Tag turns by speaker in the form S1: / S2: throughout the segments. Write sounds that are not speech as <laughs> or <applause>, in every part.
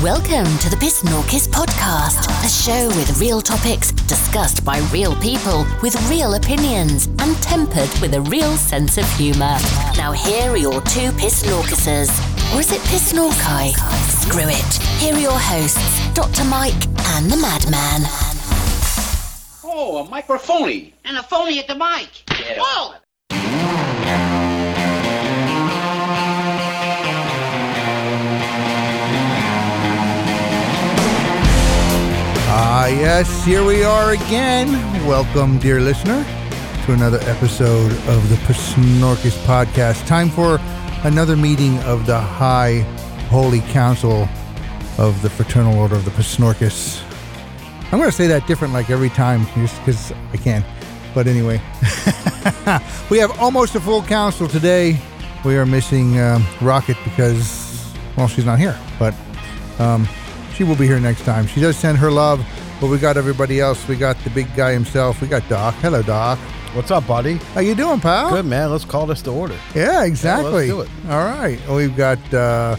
S1: Welcome to the Piss Norkis podcast, a show with real topics discussed by real people with real opinions and tempered with a real sense of humour. Now, here are your two Piss Norkises. Or is it Piss Norkai? Screw it. Here are your hosts, Dr. Mike and the Madman.
S2: Oh, a microphony.
S3: and a phony at the mic.
S2: Yeah.
S3: Whoa!
S4: Ah, yes, here we are again. Welcome, dear listener, to another episode of the Snorkis podcast. Time for another meeting of the High Holy Council of the Fraternal Order of the Snorkis. I'm going to say that different like every time just because I can. But anyway, <laughs> we have almost a full council today. We are missing um, Rocket because, well, she's not here. But she will be here next time. She does send her love, but we got everybody else. We got the big guy himself. We got Doc. Hello, Doc.
S5: What's up, buddy?
S4: How you doing, pal?
S5: Good man. Let's call this to order.
S4: Yeah, exactly.
S5: do it.
S4: All right. Well, we've got uh,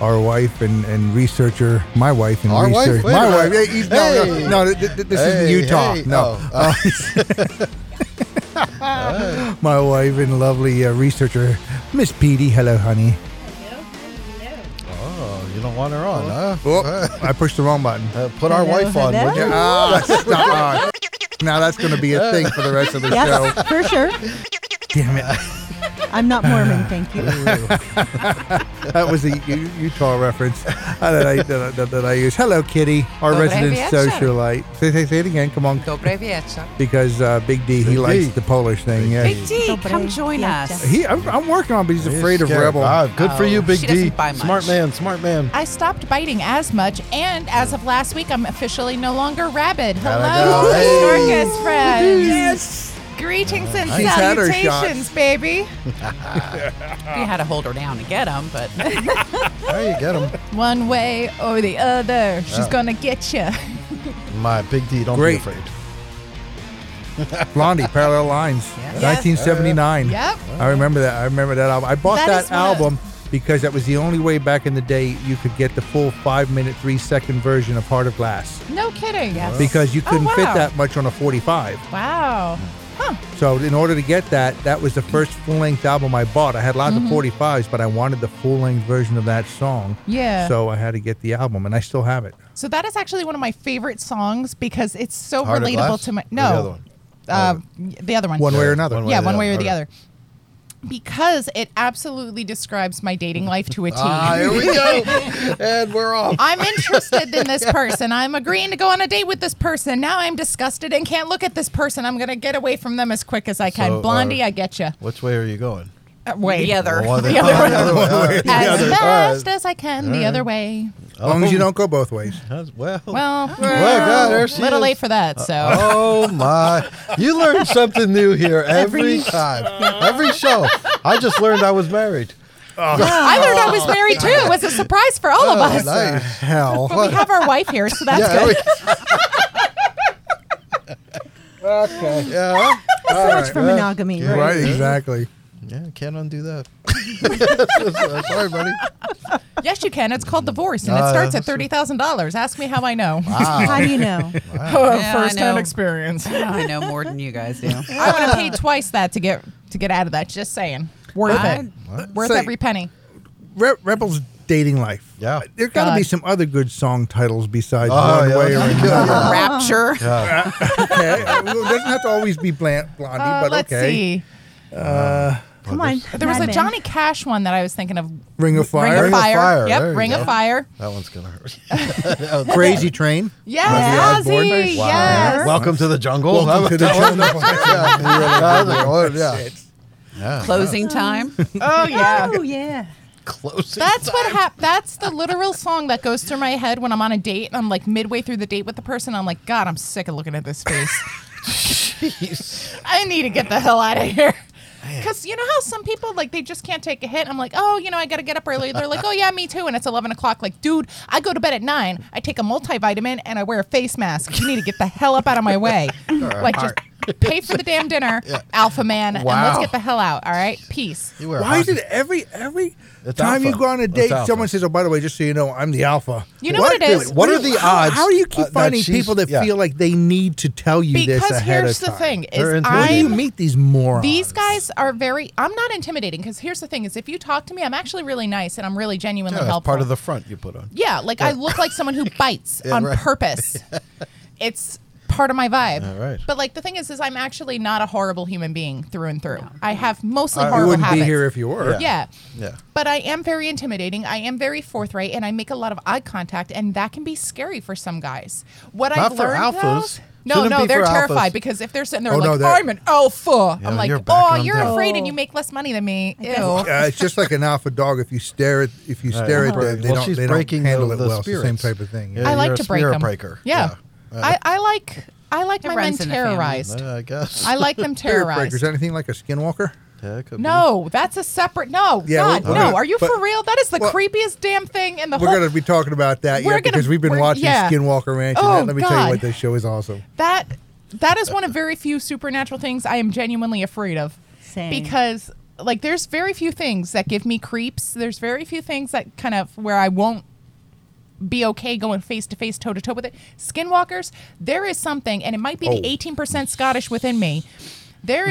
S4: our wife and, and researcher, my wife and
S5: Our wife?
S4: researcher,
S5: Wait
S4: my
S5: a
S4: wife.
S5: minute.
S4: Yeah, he's- no,
S5: Hey.
S4: no, no, th- th- this
S5: Hey,
S4: isn't Utah.
S5: hey.
S4: No,
S5: Oh,
S4: my wife and lovely uh, researcher, Miss Petey. Hello, honey.
S5: oh, you don't want her on, huh?
S4: Oh, I pushed the wrong button.
S5: Uh, put our wife on, would you? <laughs>
S4: Ah, stop. Now that's going to be a thing for the rest of the show.
S6: Yes, for sure.
S4: Damn it.
S6: <laughs> I'm not Mormon, thank you.
S4: That was a U- Utah reference that I, that, I- that I use. Hello, Kitty, our
S7: Dobre
S4: resident
S7: wieczór.
S4: socialite. Say, say, say it again. Come on,
S7: Dobre wieczór.
S4: because uh, Big D he
S5: Big
S4: likes
S5: D.
S4: the Polish thing. Yeah,
S7: Big D,
S6: Dobre
S7: come join
S6: wieczór.
S7: us.
S4: he I'm, I'm working on, it, but he's
S5: He's
S4: afraid of
S5: scared.
S4: Rebel.
S5: Ah, good for
S7: Oh,
S5: you, Big
S7: she
S5: D.
S7: doesn't buy much.
S5: Smart man, smart man.
S8: I stopped biting as much, and as of last week, I'm officially no longer rabid.
S5: Hello.
S8: Hello,
S5: Hey.
S8: Snorkus friends. Yes. Greetings and
S4: She's had her shot.
S8: salutations, baby.
S7: You had to hold her down to get him, but
S5: There you get him.
S8: <laughs> One way or the other, she's
S5: Yeah.
S8: gonna get you.
S5: My Big D, don't
S4: Great.
S5: be afraid.
S4: Blondie, Parallel Lines,
S8: <laughs>
S7: Yes.
S4: 1979.
S8: Yep.
S4: I remember that. I remember that album. I bought
S8: That
S4: that,
S8: is one of-
S4: album because that was the only way back in the day you could get the full five minute, three second version of Heart of Glass
S8: <laughs> No kidding.
S4: because you
S8: Oh,
S4: couldn't fit
S8: wow.
S4: that much on a 45.
S8: Wow.
S4: So in order to get that, that was the first full-length album I bought. I had lots
S8: Mm-hmm.
S4: of 45s, but I wanted the full-length version of that song.
S8: Yeah.
S4: So I had to get the album, and I still have it.
S8: So that is actually one of my favorite songs because it's so
S5: Heart of
S8: relatable
S5: Glass?
S8: to my
S5: Or the other
S8: no,
S5: one?
S8: um, the other one.
S4: One way or another.
S5: one
S8: yeah,
S5: or the
S8: one way or
S5: other.
S8: the
S5: Okay.
S8: other. Because it absolutely describes my dating life to a T.
S5: Ah, here we go. and we're off.
S8: I'm interested
S5: <laughs>
S8: in this person. I'm agreeing to go on a date with this person. Now I'm disgusted and can't look at this person. I'm going to get away from them as quick as I can.
S5: So, uh,
S8: Blondie, I get you.
S5: Which way are you <laughs> going?
S8: wait.
S7: Uh, the other.
S5: Well,
S8: The other way.
S5: other way.
S8: As
S5: The other-
S8: fast as I can, the other way.
S4: As long
S5: Oh.
S4: as you don't go both
S5: <laughs>
S4: ways.
S5: That's- Well,
S8: Well,
S5: well, God, there she
S8: little
S5: is.
S8: late for that. So
S5: Oh my! You learn something new here every, time, every show. I just learned I was married.
S8: I learned I was married too. It was a surprise for all of
S5: Oh,
S8: us.
S5: nice.
S4: Hell.
S8: But we have our wife here, so that's
S5: Yeah,
S8: good.
S4: okay.
S5: Yeah,
S6: So much for monogamy, right?
S4: Right, exactly.
S5: yeah, can't undo <laughs> that. Sorry, buddy.
S8: Yes, you can. It's called divorce, and it
S5: Uh,
S8: starts at $30,000. Ask me how I know. <laughs>
S6: How do you know?
S7: Yeah, I
S8: First-hand
S7: know.
S8: experience.
S7: <laughs> I know more than you guys
S8: <laughs>
S7: do.
S8: I would have paid twice that to get to get out of that. Just saying, worth
S7: I-
S8: it, worth
S4: Say-
S8: every penny.
S4: Re- Rebel's dating life.
S5: Yeah.
S4: There got to be
S8: God.
S4: some other good song titles besides
S5: Oh,
S4: One
S5: yeah, <laughs>
S4: Way or
S5: that's
S4: Another.
S8: Uh-huh.
S7: Rapture.
S4: Okay. uh, Well, It doesn't have to always be Blan- Blondie,
S8: Uh,
S4: but
S8: let's
S4: okay.
S8: see.
S6: Come on.
S8: There was a
S6: Madman.
S8: Johnny Cash one that I was thinking of.
S4: Ring of Fire.
S8: Ring of Fire.
S5: Fire,
S8: Yep.
S5: there you
S8: Ring
S5: go.
S8: of Fire.
S5: That one's gonna <laughs> hurt.
S4: Crazy Train.
S8: Yes,
S4: Ozzy Osbourne.
S8: Ozzy.
S4: Wow.
S8: Yes.
S5: Welcome to the jungle.
S4: Welcome to the
S5: <laughs> yeah, that was a good one, yeah.
S4: Shit.
S5: Yeah.
S7: Closing time.
S8: Oh yeah.
S6: Oh, yeah.
S5: Closing.
S8: That's
S5: time.
S8: what hap- That's the literal song that goes through my head when I'm on a date. and I'm like midway through the date with the person. I'm like, God, I'm sick of looking at this face. <laughs> I need to get the hell out of here. Because you know how some people like they just can't take a hit. I'm like, oh, you know, I got to get up early. They're like, oh yeah, me too. And it's 11 o'clock. Like, dude, I go to bed at nine. I take a multivitamin and I wear a face mask. You need to get the hell up out of my way. like, just Pay for the damn dinner, alpha man, and let's
S5: Wow.
S8: get the hell out. All right, peace.
S5: You were
S4: Why is
S5: hot.
S4: it every every
S5: It's
S4: time you
S5: alpha.
S4: go on a
S5: It's
S4: date,
S5: alpha.
S4: someone says, "Oh, by the way, just so you know, I'm the alpha."
S8: You know what it is?
S5: What are
S4: do you-
S5: the
S4: how,
S5: odds,
S4: How do you
S5: uh,
S4: keep
S5: that
S4: finding
S5: she's-
S4: people that
S5: yeah.
S4: feel like they need to tell you this
S8: Because
S4: ahead
S8: here's
S4: of
S8: the
S4: time?
S8: thing:
S5: They're
S8: is
S5: into-
S4: Where do you
S8: I'm
S4: meet these morons?
S8: These guys are very. I'm not intimidating because here's the thing: is if you talk to me, I'm actually really nice and I'm really genuinely
S5: Yeah, that's
S8: helpful.
S5: part of the front you put on.
S8: yeah, like I look
S5: <laughs>
S8: like someone who bites on
S5: right. <laughs>
S8: purpose. it's part of my vibe.
S5: Yeah, right.
S8: But like the thing is, is I'm actually not a horrible human being through and through. I have
S5: Uh,
S8: mostly
S4: You
S8: horrible
S4: wouldn't
S8: habits.
S4: be here if you were.
S8: yeah.
S5: Yeah.
S8: But I am very intimidating. I am very forthright, and I make a lot of eye contact, and that can be scary for some guys. What
S5: Not
S8: I've
S5: for
S8: learned
S5: alphas.
S8: though, no,
S5: Shouldn't
S8: no,
S5: be
S8: they're
S5: for
S8: terrified
S5: alphas.
S8: because if they're sitting there
S4: Oh,
S8: like,
S4: no, they're-
S8: I'm an alpha,
S5: Yeah,
S8: I'm like,
S5: you're
S8: oh,
S5: backing them
S8: you're
S5: down."
S8: afraid and you make less money than me. Ew.
S4: Uh, it's just like an alpha dog. If you stare at if you stare at them, they
S5: Well,
S4: don't
S5: she's
S4: they don't
S5: breaking
S4: handle
S5: the-
S4: it
S5: the
S4: well. It's the same
S5: spirits.
S4: type of thing.
S5: Yeah.
S8: I like
S5: you're
S8: to
S5: a
S8: break
S5: spear
S8: them.
S5: breaker.
S8: Yeah.
S5: Yeah.
S8: I, I like I like
S7: It
S8: my men
S7: runs in the family.
S8: terrorized.
S5: I guess.
S8: I like them
S4: <laughs> Spirit breakers.
S8: terrorized.
S4: Anything like a skinwalker?
S5: Yeah, could be.
S8: No, that's a separate. No,
S4: Yeah,
S8: God,
S4: we're-
S8: no.
S4: we're-
S8: Are you
S4: but-
S8: for real? That is the
S4: well,
S8: creepiest damn thing in the
S4: We're
S8: whole.
S4: going to be talking about that
S8: We're
S4: yet
S8: gonna-
S4: because we've been
S8: we're-
S4: watching
S8: yeah.
S4: Skinwalker Ranch.
S8: Oh,
S4: and that, let me tell you what
S8: God.
S4: this show is awesome.
S8: That that is one of very few supernatural things I am genuinely afraid of.
S6: Same.
S8: Because like there's very few things that give me creeps. There's very few things that kind of where I won't be okay going face to face, toe to toe with it. Skinwalkers, there is something, and it might be
S5: Oh.
S8: the eighteen percent Scottish within me. There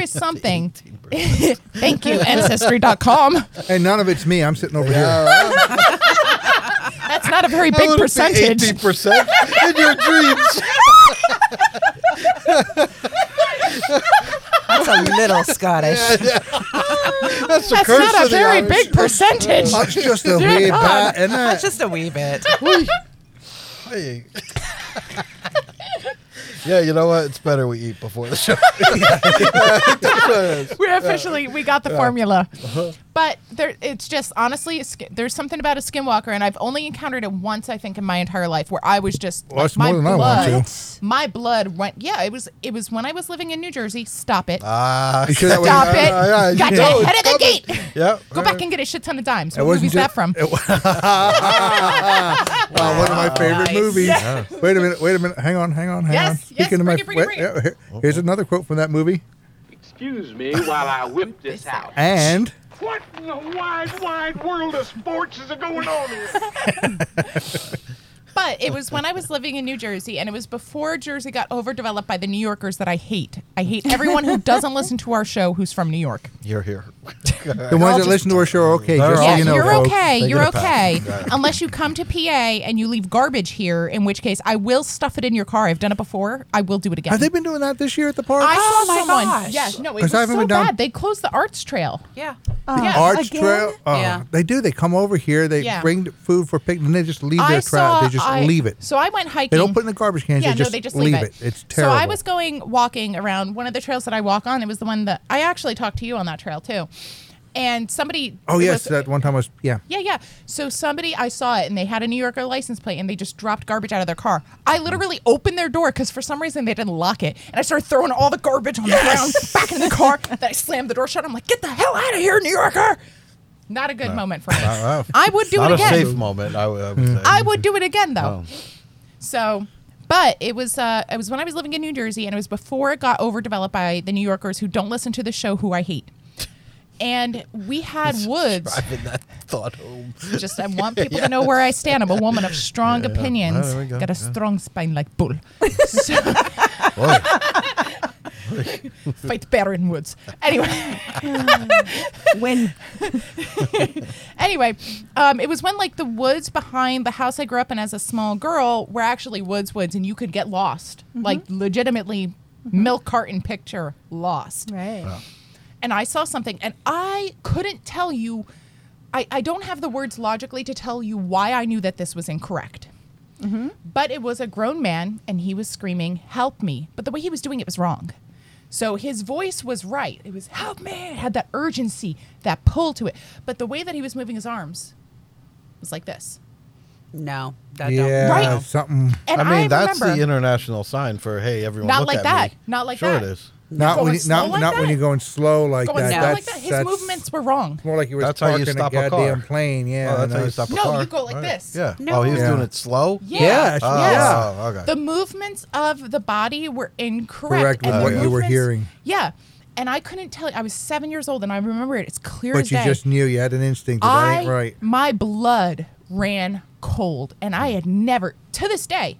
S5: <laughs>
S8: is something. <laughs> Thank you, ancestry.com.
S4: And none of it's me. I'm sitting over here.
S8: That's not a very
S5: How
S8: big
S5: would it be
S8: percentage.
S5: 18% in your
S8: <laughs>
S5: dreams. <laughs>
S7: That's a little
S4: <laughs>
S7: Scottish.
S5: That's the
S8: That's
S5: curse
S8: not a
S5: of the
S8: very
S5: Irish.
S8: big percentage.
S4: That's just
S8: <laughs>
S4: a
S8: Dear
S4: way
S8: God.
S4: back, and
S7: That's
S4: that.
S7: just a wee bit.
S5: Hey. <laughs> yeah, you know what? It's better we eat before the show. <laughs>
S8: <laughs> we officially we got the formula
S4: Uh-huh.
S8: but there it's just honestly a sk- there's something about a skinwalker and i've only encountered it once i think in my entire life where i was just
S4: Well, that's
S8: like, my
S4: more than I want
S8: blood
S6: to.
S8: my blood went yeah it was it was when i was living in new jersey stop it
S5: Ah,
S4: You sure that
S8: stop
S4: wasn't-
S8: it
S5: yeah, yeah, you
S8: got
S5: know
S8: your head
S5: it's
S8: of the
S5: coming.
S8: gate
S5: Yep.
S8: go back and get a shit ton of dimes what
S4: wasn't
S8: movie's
S4: ju-
S8: that from
S4: it wa- wow, one of my favorite
S7: Nice.
S4: movies. Wait a minute, wait a minute. Hang on, hang on, hang
S8: Yes,
S4: on.
S8: yes,
S4: of
S8: bring it, bring
S4: wait,
S8: it, bring
S4: yeah, here- here's another quote from that movie.
S2: Excuse me while I whip this out.
S4: And
S2: What in the wide, wide world of sports is going on here?
S8: But it was when I was living in New Jersey, and it was before Jersey got overdeveloped by the New Yorkers that I hate. I hate everyone
S4: <laughs>
S8: who doesn't listen to our show who's from New York.
S5: You're here.
S4: the ones that listen to our show are okay.
S5: They're
S4: Just so
S8: Yeah,
S4: you know,
S8: you're
S4: folks.
S8: okay.
S5: They
S8: You're
S5: get
S4: <laughs>
S5: a pass.
S8: okay. Unless you come to PA and you leave garbage here, in which case I will stuff it in your car. I've done it before. I will do it again.
S4: Have they been doing that this year at the park?
S8: I
S7: Oh
S8: saw
S7: my
S8: someone.
S7: gosh.
S8: Yes, no, it
S4: 'Cause
S8: was
S4: I haven't
S8: so
S4: been down-
S8: bad. They closed the arts trail.
S7: Yeah.
S6: Oh,
S8: Yeah.
S4: Arch
S6: again?
S4: Trail. Oh,
S7: Yeah.
S4: They do. They come over here. They
S8: Yeah.
S4: bring food for picnic. And they just leave
S8: I
S4: their
S8: saw.
S4: crowd. They just
S8: I-
S4: leave it.
S8: So I went hiking.
S4: They don't put it in the garbage cans.
S8: Yeah,
S4: they
S8: no,
S4: just
S8: they just
S4: leave
S8: leave
S4: it. It's terrible.
S8: So I was going walking around one of the trails that I walk on. It was the one that I actually talked to you on that trail too. And somebody
S4: Oh
S8: it
S4: yes,
S8: was-
S4: that one time I was. Yeah.
S8: yeah, yeah. So somebody I saw it and they had a New Yorker license plate and they just dropped garbage out of their car. I literally opened their door because for some reason they didn't lock it. And I started throwing all the garbage on the ground back in the car. Then I slammed the door shut. I'm like, get the hell out of here, New Yorker. Not a good moment for me.
S5: wow.
S8: I would do
S5: Not a
S8: it again. Mm.
S5: safe moment, I would, I would say.
S8: I would do it again though. So, but it was uh, it was when I was living in New Jersey, and it was before it got overdeveloped by the New Yorkers who don't listen to the show, who I hate. And
S5: <laughs>
S8: we had woods.
S5: Driving that thought home.
S8: Just
S5: <laughs>
S8: I want people to know where I stand. I'm a woman of strong opinions.
S5: Ah, there we go,
S8: Got a
S5: yeah.
S8: strong spine
S5: <laughs>
S8: like bull. <laughs> So,
S5: Boy,
S8: <laughs> fight better in woods. Anyway. <laughs>
S6: When
S8: anyway, um, it was when like the woods behind the house I grew up in as a small girl were actually woods, woods, and you could get lost, like legitimately milk carton picture lost.
S6: right?
S8: And I saw something, and I couldn't tell you. I, I don't have the words logically to tell you why I knew that this was incorrect. But it was a grown man, and he was screaming, "Help me!" But the way he was doing it was wrong. So his voice was right. It was "Help me!" It had that urgency, that pull to it. But the way that he was moving his arms was like this.
S7: No. That
S4: Yeah.
S7: Don't.
S8: Right.
S4: Something.
S8: And
S5: I
S8: I
S5: mean, that's
S8: remember,
S5: the international sign for, hey, everyone,
S8: Not
S5: look
S8: like
S5: at
S8: that.
S5: me.
S8: Not like
S5: sure
S8: that.
S5: it is.
S4: Not when
S8: Going
S4: you, not,
S8: slow like
S4: not when
S8: that?
S4: you're going slow like
S8: Going
S4: that.
S8: slow
S4: that's,
S8: like that. His
S4: that's
S8: movements were wrong.
S4: More like you were
S5: That's how you
S4: parking
S5: stop
S4: a
S5: a car.
S4: goddamn plane. Yeah,
S5: oh, that's
S4: and
S5: how
S4: I
S5: you
S4: was-
S5: stop a
S8: No,
S5: car.
S8: you go like
S5: All
S8: this.
S5: Yeah.
S7: No.
S5: Oh, he was
S4: Yeah.
S5: doing it slow.
S8: Yeah.
S4: Yeah, it's-
S5: Oh,
S4: yeah.
S5: okay.
S8: The movements of the body were incorrect.
S4: Correct with
S8: and the
S4: what you were
S8: movements-
S4: hearing.
S8: Yeah. And I couldn't tell you. I was seven years old and I remember it. It's clear
S4: But
S8: as
S4: you
S8: day.
S4: just knew you had an instinct that
S8: I,
S4: that ain't right.
S8: My blood ran cold, and I had never, to this day,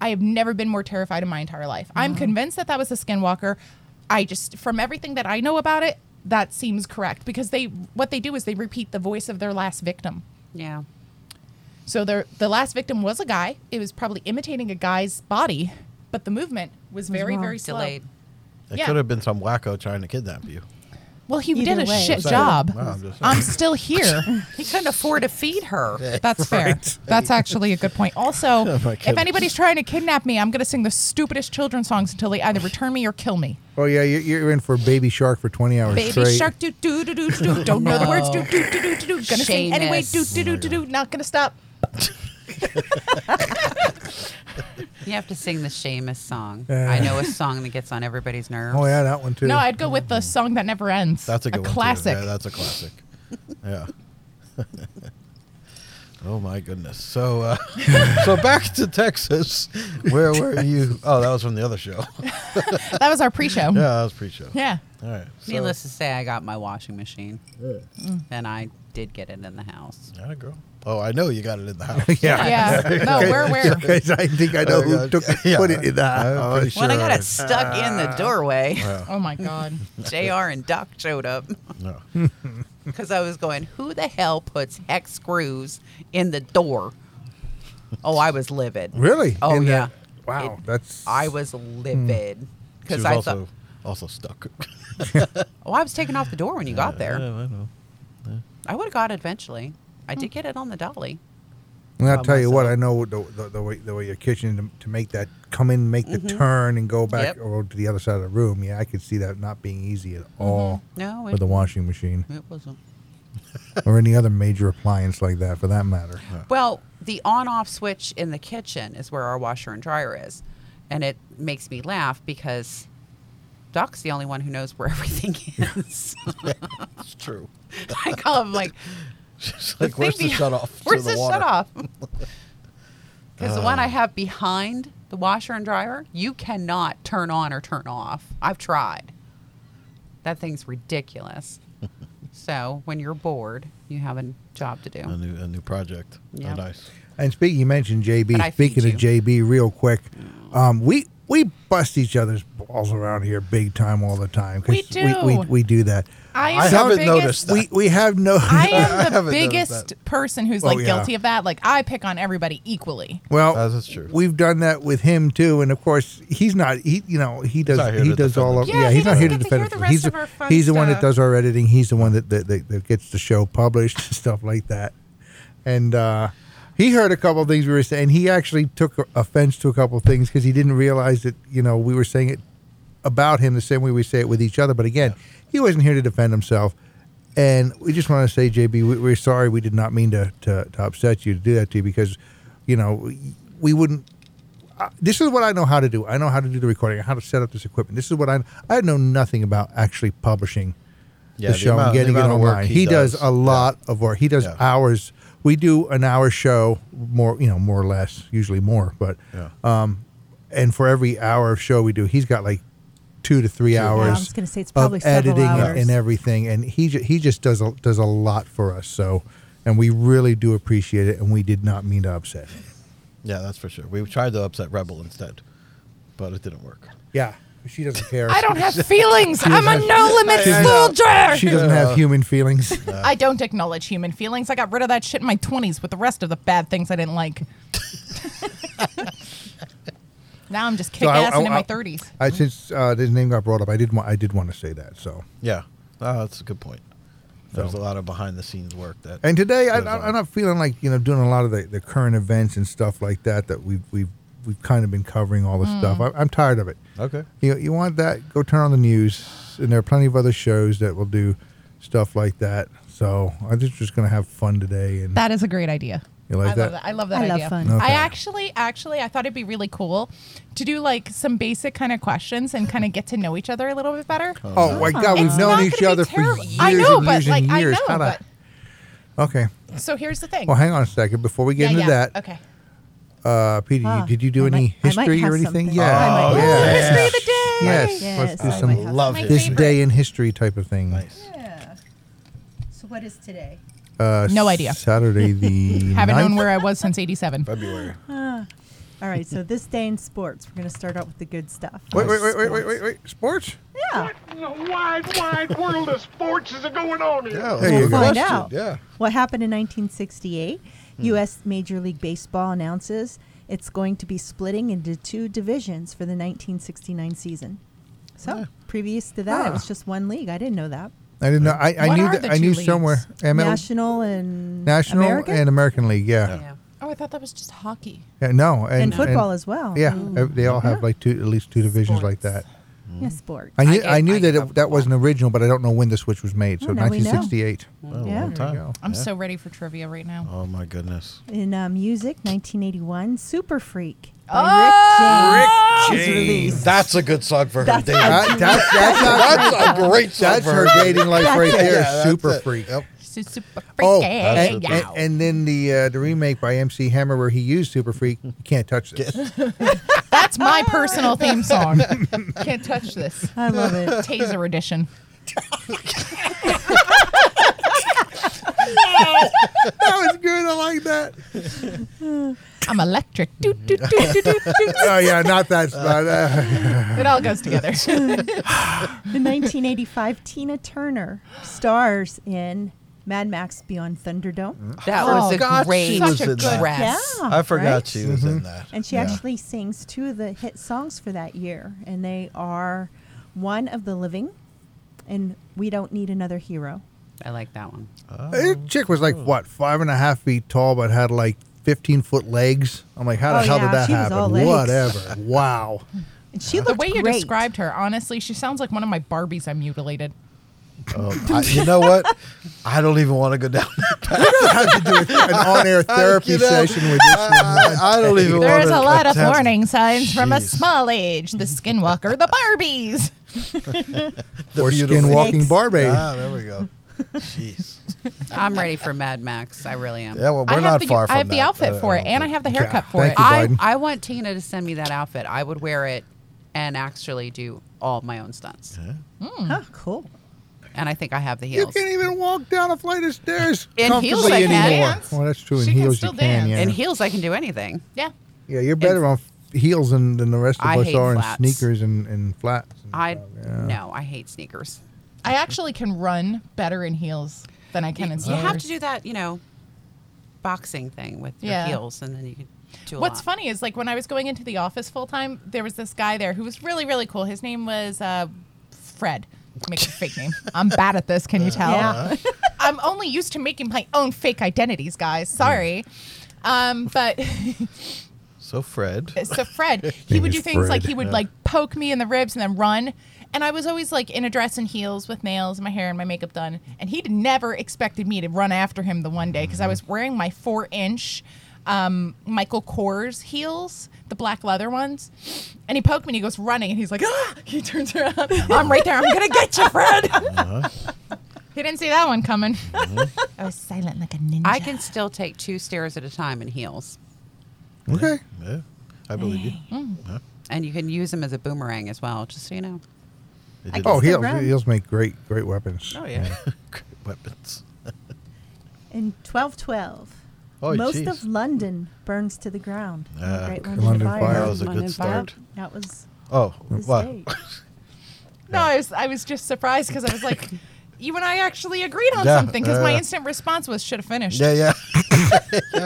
S8: I have never been more terrified in my entire life. I'm convinced that that was a skinwalker. I just, from everything that I know about it, that seems correct because they, what they do is they repeat the voice of their last victim.
S7: Yeah.
S8: So their, the last victim was a guy. It was probably imitating a guy's body, but the movement was, very,
S7: wrong.
S8: very slow.
S7: Delayed.
S5: It
S8: yeah.
S5: could have been some wacko trying to kidnap you.
S8: Well, he
S6: Either
S8: did a
S6: way.
S8: shit
S5: Saying-
S8: job.
S5: No, I'm just
S8: I'm
S5: saying. <laughs>
S8: still here.
S7: He couldn't afford to feed her.
S8: That's fair. That's actually a good point.
S5: <laughs>
S8: Also,
S5: my
S8: if
S5: goodness.
S8: anybody's trying to kidnap me, I'm going to sing the stupidest children's songs until they either return me or kill me.
S4: Oh yeah, you're, you're in for baby shark for 20 hours
S8: Baby
S4: straight.
S8: shark, do do do do do. Don't know the words, do do do do do do. Gonna sing anyway, do
S7: Seamus.
S8: do do do do. Not gonna stop.
S7: You have to sing the Seamus song. I know a song that gets on everybody's nerves.
S4: Oh yeah, that one too.
S8: No, I'd go with the song that never ends.
S5: That's a good one. too.
S8: classic.
S5: Yeah, that's
S4: <laughs>
S5: a classic. yeah. <laughs> oh my goodness. So,
S4: <laughs>
S5: uh, so back to Texas. Where were you? Oh, that was from the
S4: <laughs>
S5: other show. yeah,
S8: That was our pre-show. Yeah.
S5: that was pre-show. All right. So,
S7: Needless to say, I got my washing machine, and I did get it in the house.
S5: Yeah, girl. Oh, I know you got it in the
S4: <laughs>
S5: house.
S4: yeah.
S5: <laughs>
S8: Yeah. No, where
S4: <laughs>
S8: where?
S4: Guys, I think I know
S5: Oh,
S4: who
S5: God.
S4: took
S5: <laughs> Yeah. Oh,
S4: put it in the
S5: I'm pretty
S4: house.
S5: sure. Uh,
S7: When I got it stuck in the doorway, <laughs>
S8: Oh my god.
S7: Jr. and Doc
S5: <laughs>
S7: showed up
S4: <laughs>
S5: No.
S7: because I was going, "Who the hell puts hex screws in the door?" Oh, I was livid.
S4: Really?
S7: Oh
S4: In the-
S7: yeah.
S4: wow,
S7: It-
S4: that's
S7: I was livid
S5: Hmm. She
S7: because
S5: was
S7: I
S5: also
S7: thought,
S5: also stuck. <laughs>
S7: "Oh, I was taking off the door when you got there."
S5: Yeah, Oh. I know.
S7: I would have got it eventually. I did get it on the dolly.
S4: And I'll
S7: by
S4: tell you what, I
S7: myself.
S4: know the, the, the way the way your kitchen to, to make that come in, make the
S8: Mm-hmm.
S4: turn, and go back
S7: Yep.
S4: or to the other side of the room. Yeah, I could see that not being easy at
S8: Mm-hmm.
S4: all
S7: No,
S4: for
S7: it,
S4: the washing machine
S7: it wasn't.
S4: or any other major appliance like that, for that matter.
S7: Well, the on-off switch in the kitchen is where our washer and dryer is, and it makes me laugh because Doc's the only one who knows where <laughs> everything is. <laughs>
S5: It's true.
S7: I call him like,
S5: She's like, where's the
S7: "Think
S4: <laughs>
S5: shut off?
S7: Where's
S5: the,
S7: the,
S5: water?"
S7: shut off? Because the one I have behind the washer and dryer, you cannot turn on or turn off. I've tried. That thing's ridiculous. so when you're bored, you have a job to do.
S5: A new a new project.
S7: Yeah.
S5: Oh, nice.
S4: And speaking, you mentioned
S7: But
S4: JB.
S7: I
S4: Speaking of
S7: feed
S4: JB, real quick, um, we we bust each other's balls around here big time all the time. 'cause
S8: We do.
S4: We, we, we do that.
S8: I, am
S5: I
S8: the
S5: haven't
S8: biggest-
S5: noticed that.
S4: We we have no. <laughs>
S8: I am the
S5: haven't noticed
S8: biggest person who's
S4: Oh,
S8: like
S4: yeah.
S8: guilty of that. Like I pick on everybody equally.
S4: Well,
S5: That's- that's true.
S4: We've done that with him too, and of course he—he's not. He, you know, he does.
S5: not here
S4: he
S5: to
S4: does
S5: defend
S4: all of.
S8: himself. Yeah, he
S4: he's not here
S8: doesn't
S4: to
S8: get to
S4: defend
S8: hear the
S4: himself.
S8: rest
S4: he's
S8: of our fun
S4: he's the one that
S8: stuff.
S4: does our editing. He's the one that that, that, that gets the show published and <laughs> stuff like that. And uh, he heard a couple of things we were saying. He actually took offense to a couple of things because he didn't realize that you know we were saying it about him the same way we say it with each other. But again, he wasn't here to defend himself. And we just want to say, JB, we, we're sorry we did not mean to, to, to upset you to do that to you because, you know, we wouldn't this is what I know how to do. I know how to do the recording, how to set up this equipment. This is what I I know nothing about actually publishing
S5: Yeah,
S4: the show
S5: amount-
S4: and getting it
S5: amount of work
S4: online. He, does, a lot of work. He does
S5: Yeah.
S4: hours. We do an hour show, more you know, more or less, usually more, but
S5: Yeah.
S4: and for every hour of show we do, he's got like two to three hours.
S6: I was gonna say it's
S4: of
S6: probably several
S4: editing and-
S6: hours.
S4: and everything, and he ju- he just does a, does a lot for us. So, and we really do appreciate it, and we did not mean to upset. him.
S5: Yeah, that's for sure. We tried to upset Rebel instead, but it didn't work.
S4: Yeah, she doesn't care.
S8: I don't have
S4: <laughs>
S8: feelings. I'm a no limit soldier.
S4: She doesn't have human feelings.
S8: I don't acknowledge human feelings. I got rid of that shit in my 20s with the rest of the bad things I
S4: <laughs>
S8: didn't like. now I'm just kick
S4: I-
S8: ass
S4: I-
S8: and in
S4: I-
S8: my 30s.
S4: I since uh, his name got brought up, I did want I did want to say that. So,
S5: Yeah, oh, that's a good point. There's
S4: So-
S5: a lot of behind the scenes work that.
S4: and today I,
S5: goes on.
S4: I, am not feeling like you know doing a lot of the, the current events and stuff like that that we've we've we've kind of been covering all this
S8: Mm.
S4: stuff. I, I'm tired of it.
S5: Okay.
S4: You you want that? Go turn on the news, and there are plenty of other shows that will do stuff like that. So I think we're just gonna have fun today. And
S8: That is a great idea.
S4: You like
S8: I
S4: that?
S8: love that. I love that
S6: I
S8: idea.
S6: love fun.
S4: Okay.
S8: I actually, actually, I thought it'd be really cool to do like some basic kind of questions and kind of get to know each other a little bit better.
S4: oh my God, we've
S8: It's
S4: known
S8: not
S4: each
S8: gonna be
S4: other for
S8: terrible.
S4: years
S8: I know,
S4: and
S8: but
S4: years
S8: like
S4: and years.
S8: I know,
S4: How to- okay.
S8: but so here's the thing.
S4: Well, hang on a second before we get
S8: yeah,
S4: into
S8: yeah.
S4: that.
S8: Okay.
S4: Uh, Peter, you-
S6: Ah,
S4: did you do
S6: I
S4: any
S6: might- I might
S4: history
S6: have
S4: or anything?
S6: something.
S4: Yeah.
S6: I might-
S4: yeah.
S6: Ooh,
S8: History of the day.
S4: Yes.
S6: Yes,
S4: Let's do
S6: I
S4: some
S6: might have
S5: Love
S8: My
S5: it.
S4: this
S8: favorite.
S4: day in history type of thing.
S5: Nice.
S6: Yeah. So what is today?
S4: Uh,
S8: No idea.
S4: Saturday the
S8: Haven't known
S4: 9th?
S8: where I was since '87.
S5: February.
S6: All right, so this day in sports, we're going to start out with the good stuff.
S4: Wait, wait, wait, wait, wait, wait, wait. Sports?
S6: Yeah.
S2: In the wide, wide world of sports is going on here?
S5: Yeah.
S4: There you
S5: good
S4: go.
S6: Find
S5: question.
S6: out.
S5: Yeah.
S6: What happened in 1968?
S4: Hmm.
S6: U.S. Major League Baseball announces it's going to be splitting into two divisions for the 1969 season. So, previous to that, it
S4: Ah.
S6: was just one league. I didn't know that.
S4: I didn't know. I, I
S8: What
S4: knew
S8: are
S4: that.
S8: the
S4: I
S8: two
S4: knew
S8: leagues?
S4: somewhere. ML,
S6: National and
S4: National
S6: American?
S4: and American League. Yeah.
S7: Yeah.
S8: Oh, I thought that was just hockey.
S4: Yeah, no. And,
S6: and football as well.
S4: Yeah. uh, They all have like two, at least two divisions like that.
S7: Sports.
S6: Yeah, sport.
S4: Mm-hmm. I knew.
S7: get-
S4: I, knew
S7: I
S4: that
S7: get
S4: it, that wasn't original, but I don't know when the switch was made. So Uh,
S6: Oh, now we know.
S4: 1968.
S5: Oh,
S6: Yeah.
S5: long
S4: There you
S5: time.
S4: go.
S8: I'm so ready for trivia right now.
S5: Oh my goodness.
S6: In uh, music, 1981, Super Freak by Rick James. was released.
S5: That's a good song for her
S6: That's-
S5: dating.
S4: That- that's that's, not-
S5: That's a great song
S4: that's
S5: for
S4: her
S5: her
S4: dating life right there.
S5: Yeah, that's
S4: Super
S5: it.
S4: freak.
S5: Yep.
S8: Su- Super
S4: Oh,
S8: freaking
S4: and,
S8: yeah.
S4: and, and then the uh, the remake by MC Hammer where he used Super Freak. You can't touch this.
S8: That's my personal theme song. <laughs> Can't touch this.
S6: I love it.
S8: Taser edition.
S4: <laughs> that was good. I like that.
S8: I'm electric. Doot, doot, doot, doot, doot, doot.
S4: Oh yeah, not that. Not, uh,
S8: It all goes together.
S6: In 1985, Tina Turner stars in Mad Max Beyond Thunderdome.
S7: That
S5: Oh,
S7: was a
S5: God, she
S7: great
S5: was in that. Mm-hmm.
S7: dress.
S6: Yeah,
S5: I forgot
S6: right?
S5: she was in that.
S6: And she
S5: Yeah.
S6: actually sings two of the hit songs for that year, and they are "One of the Living" and "We Don't Need Another Hero."
S7: I like that one.
S4: <laughs> this chick was like what five and a half feet tall, but had like fifteen foot legs. I'm like, how the
S6: Oh,
S4: hell
S6: yeah,
S4: did that
S6: she was
S4: happen?
S6: all legs.
S4: Whatever. Wow.
S6: And she
S8: the
S6: looked
S8: way you
S6: great.
S8: described her, honestly, she sounds like one of my Barbies I mutilated.
S5: Oh, I- you know what? I don't even want to go down. that path.
S4: Had to do with an
S5: <laughs>
S4: on-air therapy
S5: You know,
S4: session with this
S5: <laughs> I,
S4: one.
S5: I don't even.
S8: There
S5: want
S8: is
S5: to
S8: a lot of
S5: attempt-
S8: warning signs from a
S5: Jeez.
S8: small age. The skinwalker, the Barbies.
S5: <laughs> The
S4: Or
S5: beautiful-
S4: skinwalking
S6: Snakes.
S4: Barbie.
S5: Ah, there we go. <laughs> Jeez.
S7: I'm ready for Mad Max. I really am.
S5: Yeah, well,
S8: I
S5: we're
S8: have
S5: not
S8: the,
S5: far from
S8: I have
S5: that.
S8: the outfit
S5: Uh,
S8: for it, and I have the haircut for
S4: thank
S8: it.
S4: you.
S7: I,
S4: Biden.
S7: I want Tina to send me that outfit. I would wear it and actually do all my own stunts.
S6: Huh, cool.
S7: And I think I have the
S4: You
S7: heels.
S4: can't even walk down a flight of stairs
S7: In
S4: comfortably
S7: heels I can.
S4: anymore.
S8: Dance.
S4: Well, that's true. In
S8: She can
S4: heels
S8: still
S4: you can.
S8: dance.
S4: Yeah.
S7: In heels, I can do anything.
S4: Oh,
S8: Yeah.
S4: yeah, you're better on f- heels than, than the rest of
S7: I
S4: us
S7: hate
S4: are
S7: flats.
S4: in sneakers and, and flats. and
S7: I
S4: stuff,
S7: no, I hate sneakers.
S8: I actually can run better in heels than I can in
S7: You
S8: sneakers.
S7: have to do that, you know, boxing thing with
S8: Yeah.
S7: your heels, and then you can do. A
S8: What's
S7: lot.
S8: funny is like when I was going into the office full time, there was this guy there who was really really cool. His name was uh, Fred. Make a
S5: <laughs>
S8: fake name. I'm bad at this. Can you tell?
S6: Yeah.
S8: <laughs> I'm only used to making my own fake identities, guys. Sorry.
S5: Mm.
S8: Um, but <laughs>
S5: So Fred.
S8: so Fred, he
S4: Name
S8: would
S4: is
S8: do things like
S4: Fred.
S8: he would like poke me in the ribs and then run. And I was always like in a dress and heels with nails and my hair and my makeup done. And he never expected me to run after him the one day because I was wearing my four inch um, Michael Kors heels, the black leather ones. And he poked me and he goes running and he's like, ah! <laughs> He turns around. I'm right there. I'm going to get you, Fred. <laughs> he didn't see that one coming. <laughs> I was silent like a ninja.
S7: I can still take two stairs at a time in heels,
S4: Okay.
S5: Yeah, I believe you. Huh?
S7: and you can use them as a boomerang as well. Just so you know.
S5: They
S6: I
S5: did
S6: guess
S4: Oh,
S6: they
S4: heels,
S6: run.
S4: heels make great, great weapons.
S7: yeah.
S5: great weapons.
S6: In 1212,
S5: Oh,
S6: most
S5: jeez.
S6: of London burns to the ground. in the
S5: Ah,
S6: Great
S5: okay.
S6: London,
S4: London
S6: Fire.
S4: Fire.
S5: That was a good start.
S6: That was
S5: Oh,
S6: this
S5: wow.
S6: date.
S8: No, I was, I was just surprised because I was like, <laughs> you and I actually agreed on
S5: Yeah,
S8: something because my
S5: yeah.
S8: instant response was should have finished.
S5: <laughs> Yeah, yeah.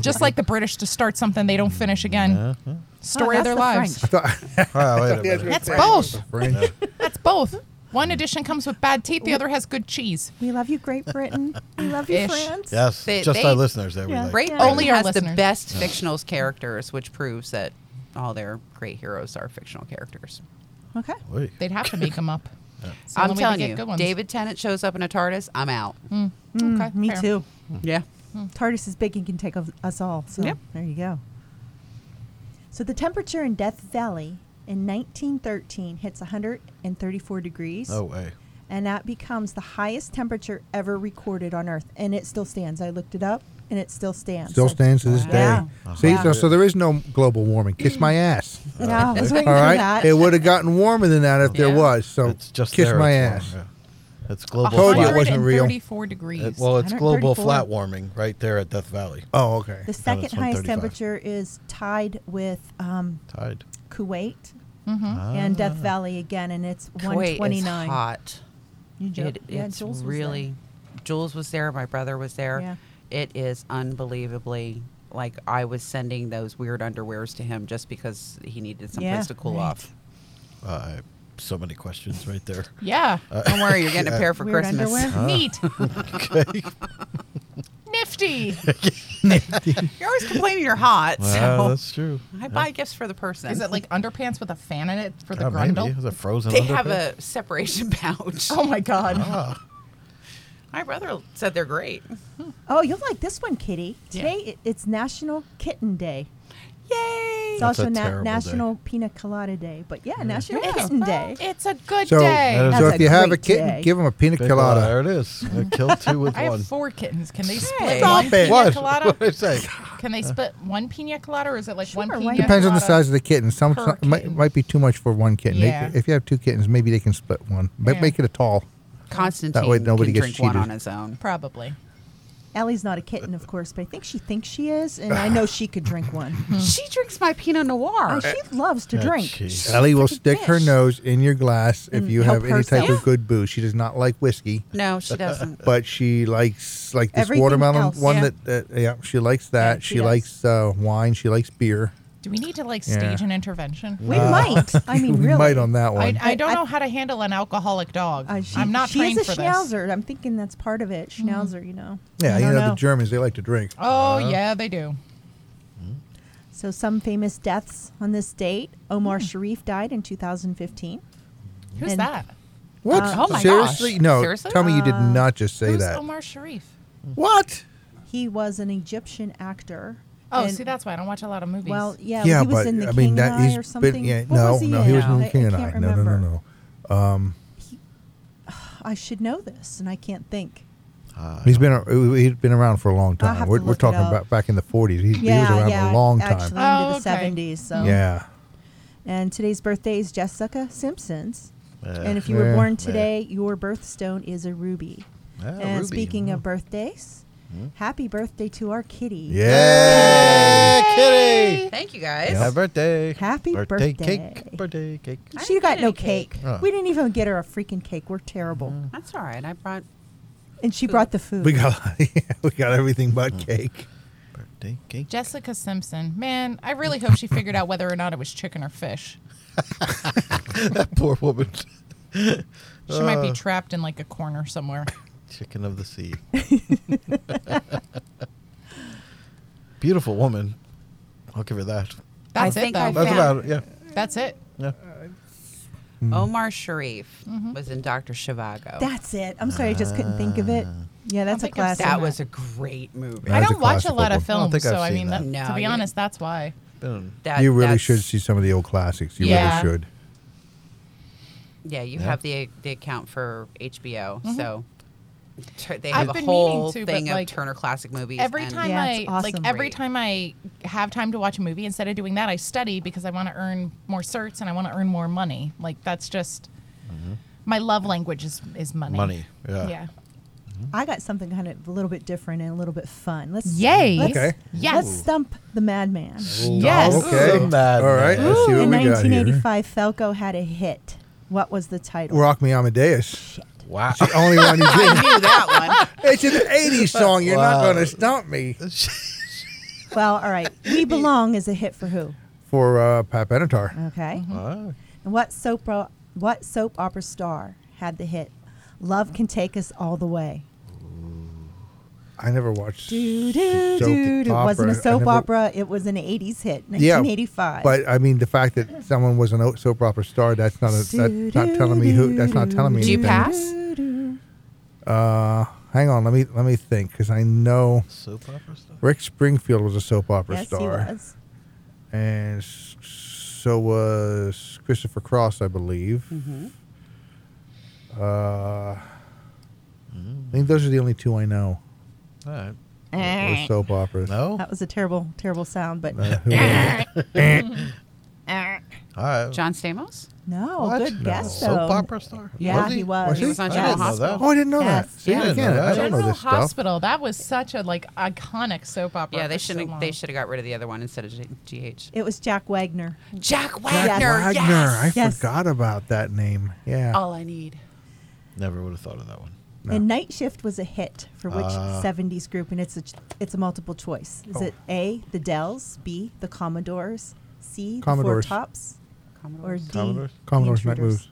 S8: Just like the British to start something they don't finish again. Story
S6: Oh,
S8: of their
S6: that's the
S8: lives.
S6: French.
S5: Oh, wait a
S4: Yes,
S5: minute.
S8: That's both.
S4: French.
S8: That's both. One edition comes with bad teeth, the other has good cheese.
S6: We love you, Great Britain. We love you,
S8: Ish.
S6: France.
S5: Yes,
S7: They-
S5: just
S7: they-
S5: our listeners that we
S6: Yeah.
S5: like.
S7: Great
S6: Yeah.
S7: Britain
S8: Only our
S7: has the
S8: listeners.
S7: best fictional characters, which proves that all their great heroes are fictional characters.
S6: Okay.
S5: Wait.
S6: <laughs>
S8: They'd have to make them up. It's the
S7: I'm
S8: only way to
S7: telling
S8: get
S7: you,
S8: good ones. Mm,
S7: David Tennant shows up in a TARDIS, I'm out.
S8: Okay,
S6: Mm, Me
S8: fair.
S6: too.
S7: Yeah.
S6: TARDIS is big and can take of- us all. So
S7: Yep.
S6: there you go. So the temperature in Death Valley in 1913 hits 134 degrees.
S4: Oh.
S5: No way.
S6: And that becomes the highest temperature ever recorded on Earth. And it still stands. I looked it up and it still stands.
S4: Still
S6: So-
S4: stands to this day.
S6: Yeah.
S4: See, so, so there is no global warming. Kiss my ass.
S6: Yeah, I was
S4: All
S6: waiting for
S4: right,
S6: that.
S4: it would have gotten warmer than that if there was. So
S5: It's just
S4: kiss
S5: there,
S4: my
S5: it's
S4: ass.
S5: warm, yeah. It's global.
S4: Told you it
S5: flat-
S4: wasn't real.
S8: 134 degrees.
S5: it- well, it's global
S6: 134.
S5: flat warming right there at Death Valley.
S4: Oh, okay.
S6: the second
S5: it's
S6: highest
S5: 135.
S6: temperature is tied with um,
S5: Tide.
S6: Kuwait and Death
S4: Ah.
S6: Valley again, and it's
S7: Mm-hmm. Kuwait is
S6: 129.
S7: hot.
S6: You jo-
S7: It,
S6: yeah,
S7: it's
S6: Jules was there.
S7: really. Jules was there. My brother was there.
S6: Yeah.
S7: It is unbelievably like I was sending those weird underwears to him just because he needed someplace
S6: Yeah,
S7: to cool
S6: right.
S7: off.
S5: Uh, I have so many questions right there.
S8: yeah.
S7: Don't worry,
S6: <laughs>
S7: you're getting a pair for
S6: Weird
S4: <laughs>
S7: Christmas.
S6: underwear?
S5: Uh-huh. <laughs>
S8: Neat. Nifty.
S7: <laughs>
S5: <laughs>
S7: You're always complaining you're hot.
S5: Wow,
S7: so
S5: that's true.
S7: I buy gifts for the person.
S8: <laughs> Is it like underpants with a fan in it for the
S5: Yeah, maybe.
S8: grundle?
S5: Is it frozen
S7: they have
S5: underpants?
S7: a separation pouch?
S8: Oh my god.
S5: Ah,
S7: My brother said they're great.
S6: Oh, you'll like this one, Kitty.
S8: Yeah.
S6: Today i- it's National Kitten Day.
S7: Yay!
S6: It's
S5: That's
S6: also
S5: a
S6: na-
S5: terrible day.
S6: National Pina Colada Day, but yeah, National
S8: Yeah.
S6: Kitten Day.
S8: It's a good
S4: So,
S8: day.
S5: That's
S4: so
S5: a
S4: if you have a
S6: great
S4: kitten,
S6: day.
S4: give him a pina
S5: big
S4: colada.
S5: one. There it is. I killed two with
S8: <laughs> I
S5: one.
S8: have four kittens. Can they split
S7: Stop
S8: one
S4: it.
S8: pina
S5: what?
S8: colada?
S5: <laughs> What did I say?
S8: Can they split one pina colada, or is it like one
S6: Sure,
S8: pina
S6: why not?
S4: Depends on the
S8: colada?
S4: size of the kitten. Some,
S8: per
S4: some might,
S8: kitten.
S4: might be too much for one kitten. They-
S8: Yeah.
S4: if you have two kittens, maybe they can split one. But
S8: Yeah.
S4: make it a tall.
S7: Constantine
S4: That way nobody
S7: can
S4: gets
S7: drink one
S4: cheated.
S7: on his own.
S8: Probably.
S6: Allie's not a kitten, of course, but I think she thinks she is, and I know she could drink one.
S8: <laughs>
S7: She drinks my Pinot Noir.
S6: Oh, she loves to
S5: Ah,
S6: drink.
S5: jeez.
S4: Ellie will stick her
S7: bitch.
S4: nose in your glass if
S6: And
S4: you
S6: Mm, help
S4: have any type
S6: herself.
S4: of good booze. She does not like whiskey,
S7: No, she
S8: <laughs>
S7: doesn't.
S4: but she likes like this
S6: Everything
S4: watermelon
S6: else.
S4: one
S7: Yeah.
S4: that uh, yeah she likes that.
S6: Yeah, she
S4: she
S6: does.
S4: likes uh, wine. She likes beer.
S8: Do we need to like
S4: Yeah.
S8: stage an intervention?
S6: We might.
S4: <laughs>
S6: I mean,
S4: we
S6: really.
S4: might on that one.
S8: I, I don't
S6: I-
S8: know how to handle an alcoholic dog.
S6: Uh, she,
S8: I'm not
S6: she
S8: trained
S6: is a
S8: for this. Mm.
S6: schnauzer. I'm thinking that's part of it. Schnauzer, you know. uh,
S4: yeah,
S6: I
S4: you
S6: don't
S4: know, the Germans they like to drink.
S8: Oh
S4: Uh-huh.
S8: yeah, they do.
S6: So some famous deaths on this date. Omar
S8: Mm.
S6: Sharif died in 2015.
S8: Who's
S6: And-
S8: that?
S4: What?
S7: Uh, oh my
S4: Seriously?
S7: gosh.
S4: No.
S7: Seriously?
S4: Tell me you did
S6: Uh,
S4: not just say
S8: Who's
S4: that.
S8: Omar Sharif?
S4: what?
S6: He was an Egyptian actor.
S8: Oh,
S6: and-
S8: see, that's why I don't watch a lot of movies.
S6: Well, yeah,
S4: yeah,
S6: he was
S4: but
S6: in the
S4: I
S6: King
S4: mean that
S6: and I
S4: he's
S6: or something.
S4: been yeah,
S6: What
S4: no
S6: was he
S4: no he
S6: in?
S4: was in the
S6: I-
S4: King and I
S6: can't
S4: no no no
S6: remember.
S4: no
S6: I should know this, and I can't think.
S4: he's been a- he- he'd been around for a long
S6: I'll
S4: time
S6: have
S4: we're,
S6: to
S4: we're
S6: look it
S4: talking
S6: up.
S4: about back in the 40s he, he was
S6: yeah,
S4: around
S6: yeah,
S4: a long time
S6: actually
S8: Oh,
S6: into the
S8: okay.
S6: 70s. So
S4: yeah
S6: And today's birthday is Jessica Simpson's.
S5: Yeah.
S6: And if you
S4: Uh, Yeah. Oh,
S6: were born today, your birthstone is a ruby.
S5: Ah,
S6: and
S5: Ruby.
S6: speaking
S4: Mm.
S6: of birthdays, happy birthday to our kitty.
S4: yeah
S5: Kitty!
S7: Thank you guys.
S5: Happy birthday.
S6: Happy
S5: birthday.
S6: birthday.
S5: cake. Birthday cake.
S6: She
S7: didn't
S6: got
S7: get
S6: no
S7: any cake.
S6: cake. We didn't even get her a freaking cake. We're terrible.
S7: That's all right. I brought.
S6: And she brought the food.
S4: Mm-hmm. we got <laughs> we got everything but
S5: Mm.
S4: cake
S5: Birthday cake.
S8: Jessica Simpson. Man, I really hope she figured out whether or not it was chicken or fish.
S5: That poor woman. <laughs>
S8: She might
S4: Uh.
S8: be trapped in like a corner somewhere.
S5: Chicken of the
S6: <laughs>
S5: sea. Beautiful woman. I'll give her that.
S8: That's
S7: think
S8: it.
S7: I
S8: though.
S5: That's
S7: Yeah.
S5: about it. Yeah.
S8: That's it.
S5: Yeah.
S4: Mm-hmm.
S7: Omar Sharif
S8: Mm-hmm.
S7: was in Doctor Shivago.
S6: That's it. I'm sorry, I just couldn't think of it.
S4: Ah.
S6: Yeah, that's a
S8: think I've
S6: classic.
S8: seen
S7: that was a great movie.
S4: Yeah.
S8: I
S4: That's
S8: don't
S4: a
S8: watch a
S4: classic
S8: lot of
S4: one.
S5: I don't
S8: films,
S5: think I've
S8: so I
S5: seen
S8: mean, that,
S5: that.
S7: No,
S8: to be
S7: you-
S8: honest, that's why.
S5: Been-
S7: That-
S4: you really
S7: that's-
S4: should see some of the old classics you
S8: Yeah.
S4: really should
S7: Yeah, you have the the account for HBO, so tur- they
S8: Mm-hmm. I've
S7: have a
S8: been meaning
S7: whole
S8: to, but,
S7: thing of
S8: like,
S7: Turner Classic Movies.
S8: Every
S7: and-
S8: time
S6: Yeah,
S8: I
S6: it's awesome.
S8: like, every
S7: Great.
S8: time I have time to watch a movie, instead of doing that, I study because I want to earn more certs and I want to earn more money. Like that's just my love language is is money.
S5: Money, yeah.
S8: Yeah.
S6: I got something kind of a little bit different and a little bit fun. Let's
S8: Yay.
S6: Let's,
S4: Okay.
S8: Yes.
S6: Let's stump the madman.
S8: Yes.
S4: okay
S5: Ooh. Mad
S4: all right let's see what
S6: in
S4: we got here
S6: 1985, Falco had a hit. What was the title?
S4: Rock Me Amadeus
S5: Wow.
S4: the only
S6: <laughs>
S4: one you
S7: I
S4: did
S7: knew that one.
S4: it's an 80s song you're not
S5: Wow.
S4: gonna stump me
S6: Well, all
S8: <laughs>
S6: right. We Belong is a hit for who?
S4: for uh, Pat Benatar
S6: Okay.
S8: Mm-hmm.
S5: Wow.
S6: And what soap o- what soap opera star had the hit? Love can take us all the way.
S4: I never watched.
S6: Do, do,
S4: soap
S6: do, do. It wasn't a
S4: opera. I
S6: soap
S4: never-
S6: opera. It was an 80s hit, 1985.
S4: But I mean, the fact that someone was an o- soap opera star, that's not a, that's not telling me who. That's not telling me
S7: Did you
S4: anything.
S7: pass?
S4: Uh, hang on, let me let me think, because I know
S5: Soap opera stuff.
S4: Rick Springfield was a soap opera
S6: yes,
S4: star,
S6: he was.
S4: and s- so was Christopher Cross, I believe.
S6: Mm-hmm.
S4: Uh, I think those are the only two I know.
S5: All right.
S4: Or soap operas.
S6: <laughs>
S5: No.
S6: That was a terrible, terrible sound, but
S4: Uh, who knows?
S5: <laughs> All right.
S7: John Stamos?
S6: no,
S8: Oh,
S5: What?
S6: good guess though.
S5: Soap opera star?
S6: Yeah, he was.
S4: Was he?
S7: He was on
S5: I
S7: General
S5: didn't know that.
S7: Hospital.
S4: oh, I didn't know
S6: Yes,
S4: that. See,
S7: yeah.
S4: again, I don't know
S8: General
S4: this stuff.
S8: Hospital. That was such a like iconic soap opera.
S7: Yeah, they
S8: for so
S7: shouldn't.
S8: long.
S7: they should have got rid of the other one instead of G- GH.
S6: It was Jack Wagner.
S7: Jack
S6: Wagner,
S7: Wagner. Oh.
S4: Wagner. I
S6: Yes.
S4: forgot about that name. Yeah.
S7: All I need.
S5: Never would have thought of that one.
S6: And Night Shift was a hit for which
S5: Ah.
S6: 70s group? And it's a ch- it's a multiple choice. Is
S4: Oh.
S6: it A, the Dells, B, the Commodores, C,
S4: Commodores.
S6: the Four Tops, or
S7: Commodores.
S6: D,
S5: Commodores?
S6: the
S4: Commodore's Night
S6: Intruders?
S4: Moves.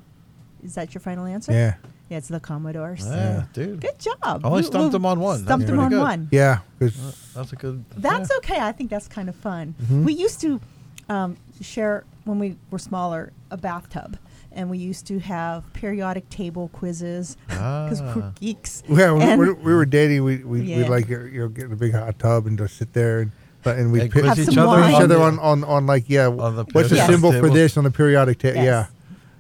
S6: Is that your final answer?
S4: Yeah.
S6: Yeah, it's the Commodores.
S5: Yeah, Ah, dude.
S6: Good job.
S5: Only
S6: You-
S5: stumped
S6: you
S5: him on one. That's
S6: Stumped him
S5: pretty
S6: on
S5: good.
S6: one.
S4: Yeah. 'cause-
S5: That's a good.
S6: That's
S5: yeah.
S6: okay. I think that's kind of fun. We used to um, share when we were smaller a bathtub, and we used to have periodic table quizzes because we're
S5: Ah.
S6: geeks.
S4: yeah, when
S6: And-
S4: we, we were dating, we we
S6: Yeah.
S4: we'd like you know get in a big hot tub and just sit there and but and we
S5: And
S4: pick
S5: quiz
S6: Have
S5: each
S6: some
S5: other,
S6: wine.
S4: each
S6: on
S4: other
S5: the-
S4: on, on on like yeah
S5: On the
S4: what's the
S6: periodic
S4: symbol for
S5: table.
S4: this on the periodic table
S6: Yes.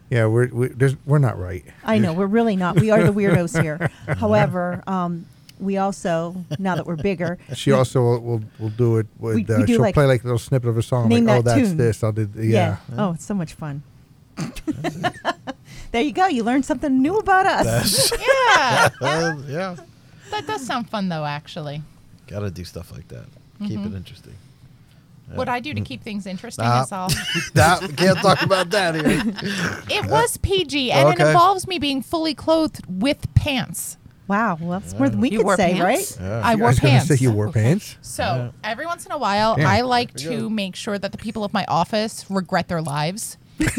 S4: yeah yeah we're we, there's, we're not right
S6: I know we're really not. We are the weirdos here. However, um, we also now that we're bigger, <laughs>
S4: she also will will, will do it with
S6: We- we
S4: uh,
S6: do
S4: she'll
S6: like-
S4: play like a little snippet of a song
S6: Name
S4: like oh
S6: that
S4: that's
S6: tune.
S4: this I'll do th- yeah,
S6: yeah. Oh, it's so much fun. <laughs> there you go. You learned something new about
S5: <laughs>
S6: us.
S5: That's-
S8: <laughs> Yeah,
S5: Uh, yeah.
S8: that does sound fun though. Actually,
S5: Gotta do stuff like that. Keep
S8: Mm-hmm.
S5: it interesting.
S8: <laughs> what I do to keep things interesting
S5: Nah.
S8: is all.
S5: Nah,
S6: <laughs>
S5: can't talk about that here.
S8: It was PG, and it
S5: Okay.
S8: involves me being fully clothed with pants.
S6: Wow. Well, that's more than we
S7: You
S6: could
S7: wore
S6: say,
S7: pants?
S6: right?
S5: Yeah.
S8: I wore
S4: I was gonna
S8: pants.
S4: say you wore
S6: <laughs>
S4: pants
S8: So every once in a while,
S4: Yeah.
S8: I like to make sure that the people of my office regret their lives.
S4: <laughs>
S8: <laughs>
S4: but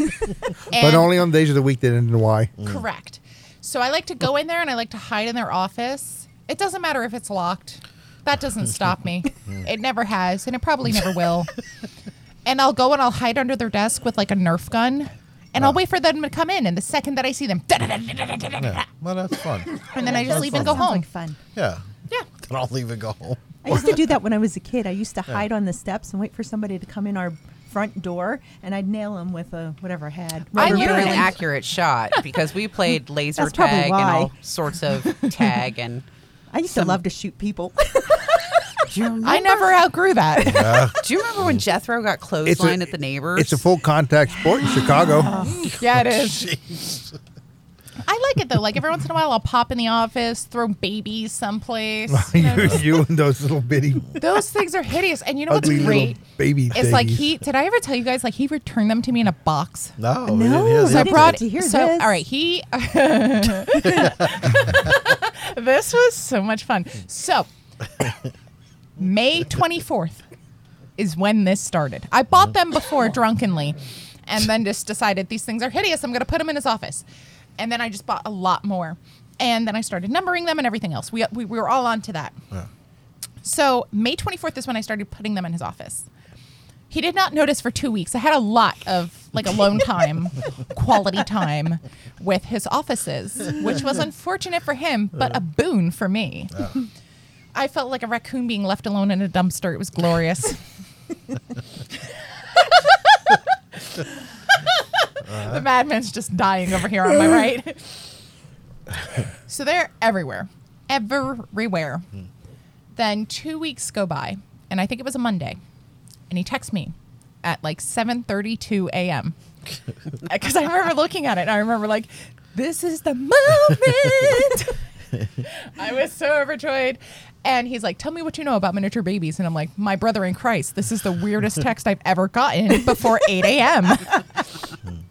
S8: And-
S4: only on days of the week that end in Y
S7: Mm.
S8: correct. So I like to go in there and I like to hide in their office. It doesn't matter if it's locked. That doesn't
S4: <laughs>
S8: stop me. it never has, and it probably never will. and I'll go and I'll hide under their desk with like a Nerf gun. And
S4: Ah.
S8: I'll wait for them to come in, and the second that I
S4: <laughs>
S8: see them,
S5: <laughs> Yeah. Well, that's fun.
S8: and then I just
S5: That's
S8: leave and go
S5: fun.
S6: Sounds
S7: Oh.
S8: home.
S6: like fun.
S5: Yeah.
S8: Yeah.
S5: Then <laughs> I'll leave and go home.
S6: I used to do that when I was a kid. I used to hide on the steps and wait for somebody to come in our front door, and I'd nail them with a whatever I had.
S7: I
S6: rubber
S7: you're an
S6: band.
S7: accurate shot because we played laser
S6: That's probably
S7: tag and
S6: why.
S7: all sorts of tag and.
S6: I used to love to shoot <laughs> people.
S7: Do you remember,
S8: I never
S4: <laughs>
S8: outgrew that.
S7: Do you remember when Jethro got clotheslined at the neighbors?
S4: it's a full contact sport in
S7: <gasps>
S4: Chicago <laughs>
S8: Yeah, it
S4: Oh,
S8: is. I like it though. Like every once in a while, I'll pop in the office, throw
S4: <laughs>
S8: babies someplace. You know,
S4: you, you and those little
S7: <laughs>
S4: bitty <laughs>
S8: those things are hideous. And you know what's
S4: ugly little
S8: great?
S4: baby
S8: It's like
S4: thingies.
S8: he did. I ever tell you guys like he returned them to me in a box.
S5: No. we
S6: No,
S5: didn't hear the
S6: I
S8: So I
S6: didn't
S5: update.
S8: brought
S6: get to hear
S8: so
S6: this.
S8: all right. He <laughs> this was so much fun. So May twenty fourth is when this started. I bought them before drunkenly, and then just decided these things are hideous. I'm going to put them in his office, and then I just bought a lot more, and then I started numbering them and everything else. We we, we were all onto that. So May twenty fourth is when I started putting them in his office. He did not notice for two weeks. I had a lot of like alone time, quality time with his offices, which was unfortunate for him, but a boon for me. I felt like a raccoon being left alone in a dumpster. It was glorious. <laughs> the madman's just dying over here on my right. so they're everywhere, everywhere. Then two weeks go by, and I think it was a Monday, and he texts me at like 7:32 a.m. Because I remember looking at it, and I remember like, "This is the moment." I was so overjoyed. And he's like, Tell me what you know about miniature babies. And I'm like, My brother in Christ, this is the weirdest text I've ever gotten before 8 a.m. and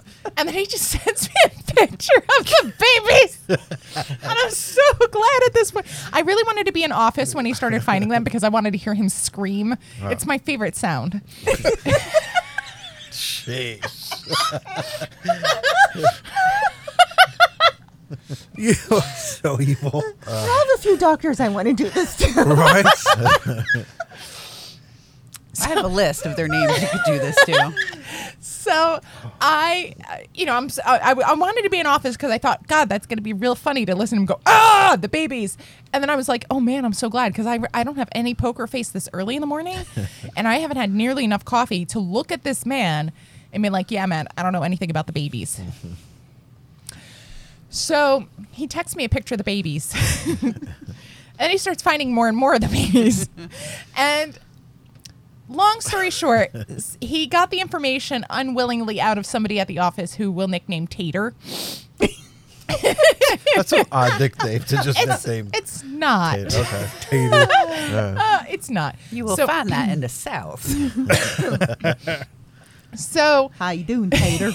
S8: then he just <laughs> sends me a picture of the babies. And I'm so glad at this point. I really wanted to be in office when he started finding them because I wanted to hear him scream. It's my favorite sound. <laughs>
S5: Jeez.
S4: you are so evil
S6: all the a few doctors I want to do this to.
S4: Right?
S8: <laughs>
S7: I have a list of their names you could do this to.
S8: So I, uh, you know, I'm s- I, I- I wanted to be in office because I thought, God, that's going to be real funny to listen to him go, ah, the babies. And then I was like, oh man, I'm so glad because I, I don't have any poker face this early in the morning, and I haven't had nearly enough coffee to look at this man and be like, yeah, man, I don't know anything about the babies. so he texts me a picture of the babies, <laughs> and he starts finding more and more of the babies, and long story short, s- he got the information unwillingly out of somebody at the office who will nickname Tater.
S5: That's an odd nickname to just
S8: <laughs> It's,
S5: nickname.
S8: it's not.
S5: it. Okay.
S4: Tater.
S8: <laughs> Uh, it's not.
S7: You will
S8: so,
S7: find that <clears throat> in the South.
S8: So,
S6: How you doing, <laughs> Tater?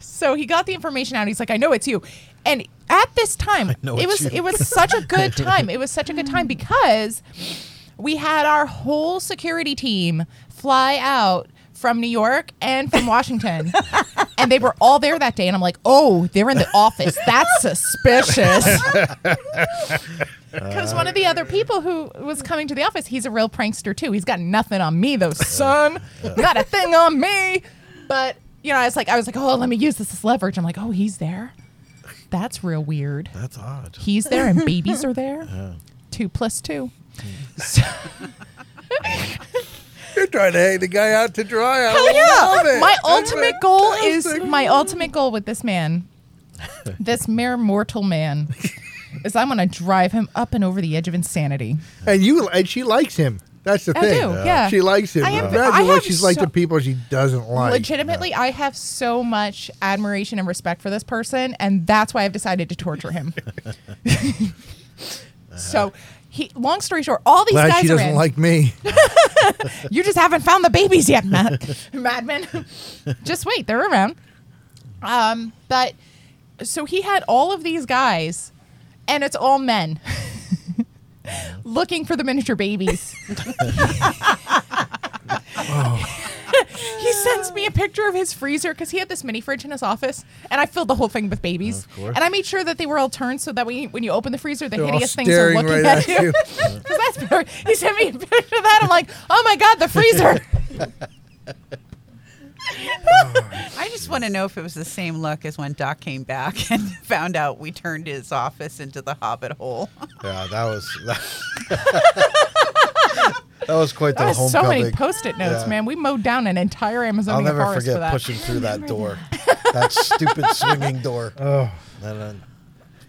S8: so he got the information out. He's like, I know it's you. And at this time,
S5: know
S8: it
S5: it's
S8: was
S5: you.
S8: it was such a
S5: <laughs>
S8: good time. It was such a good time because we had our whole security team fly out from New York and from
S5: <laughs>
S8: Washington. and they were all there that day. And I'm like, oh, they're in the office. That's suspicious.
S5: <laughs>
S8: Because one of the other people who was coming to the office, he's a real prankster too. He's got nothing on me though, son. Not a thing on me. But you know, I was like, I was like, oh, let me use this as leverage. I'm like, oh, he's there. That's real weird.
S5: That's odd.
S8: He's there and babies are there. Two plus two. So-
S4: You're trying to hang the guy out to dry. I love it.
S8: my
S4: That's
S8: ultimate goal is
S4: fantastic.
S8: my ultimate goal with this man, this mere mortal man, is I'm gonna drive him up and over the edge of insanity.
S4: and you and she likes him. That's the
S8: I
S4: thing.
S8: do, yeah.
S4: She likes him.
S8: I am-
S4: Imagine
S8: I
S4: what
S8: have
S4: she's like
S8: so-
S4: with people she doesn't like.
S8: Legitimately, I have so much admiration and respect for this person, and that's why I've decided to torture him. <laughs> so, he. Long story short, all these
S4: Glad
S8: guys
S4: she
S8: are
S4: doesn't
S8: in.
S4: like
S8: <laughs>
S4: me.
S8: You just haven't found the babies
S5: <laughs>
S8: yet, Matt. Madman. just wait, they're around. Um, but so he had all of these guys, and it's all men <laughs> looking for the
S5: <laughs>
S8: miniature babies. he sends me a picture of his freezer because he had this mini fridge in his office, and I filled the whole thing with babies.
S5: Of course.
S8: And I made sure that they were all turned so that when you, when you open the freezer, the
S4: They're all
S8: hideous things are
S4: staring
S8: looking
S4: right at
S8: at, you.
S4: you.
S8: <laughs> 'Cause that's <laughs> where- he sent me a picture of that. I'm like, oh my god, the freezer.
S7: I just want to know if it was the same look as when Doc came back <laughs> and found out we turned his office into the Hobbit hole.
S5: Yeah, that
S8: <laughs>
S5: was <laughs> that, that was quite the
S8: That was so
S5: homecoming.
S8: many post-it notes,
S5: Yeah.
S8: man. We mowed down an entire
S5: I'll
S8: Amazonian
S5: never
S8: forest for
S5: forget
S8: that.
S5: pushing through that door, that stupid swinging door,
S4: Oh,
S5: and then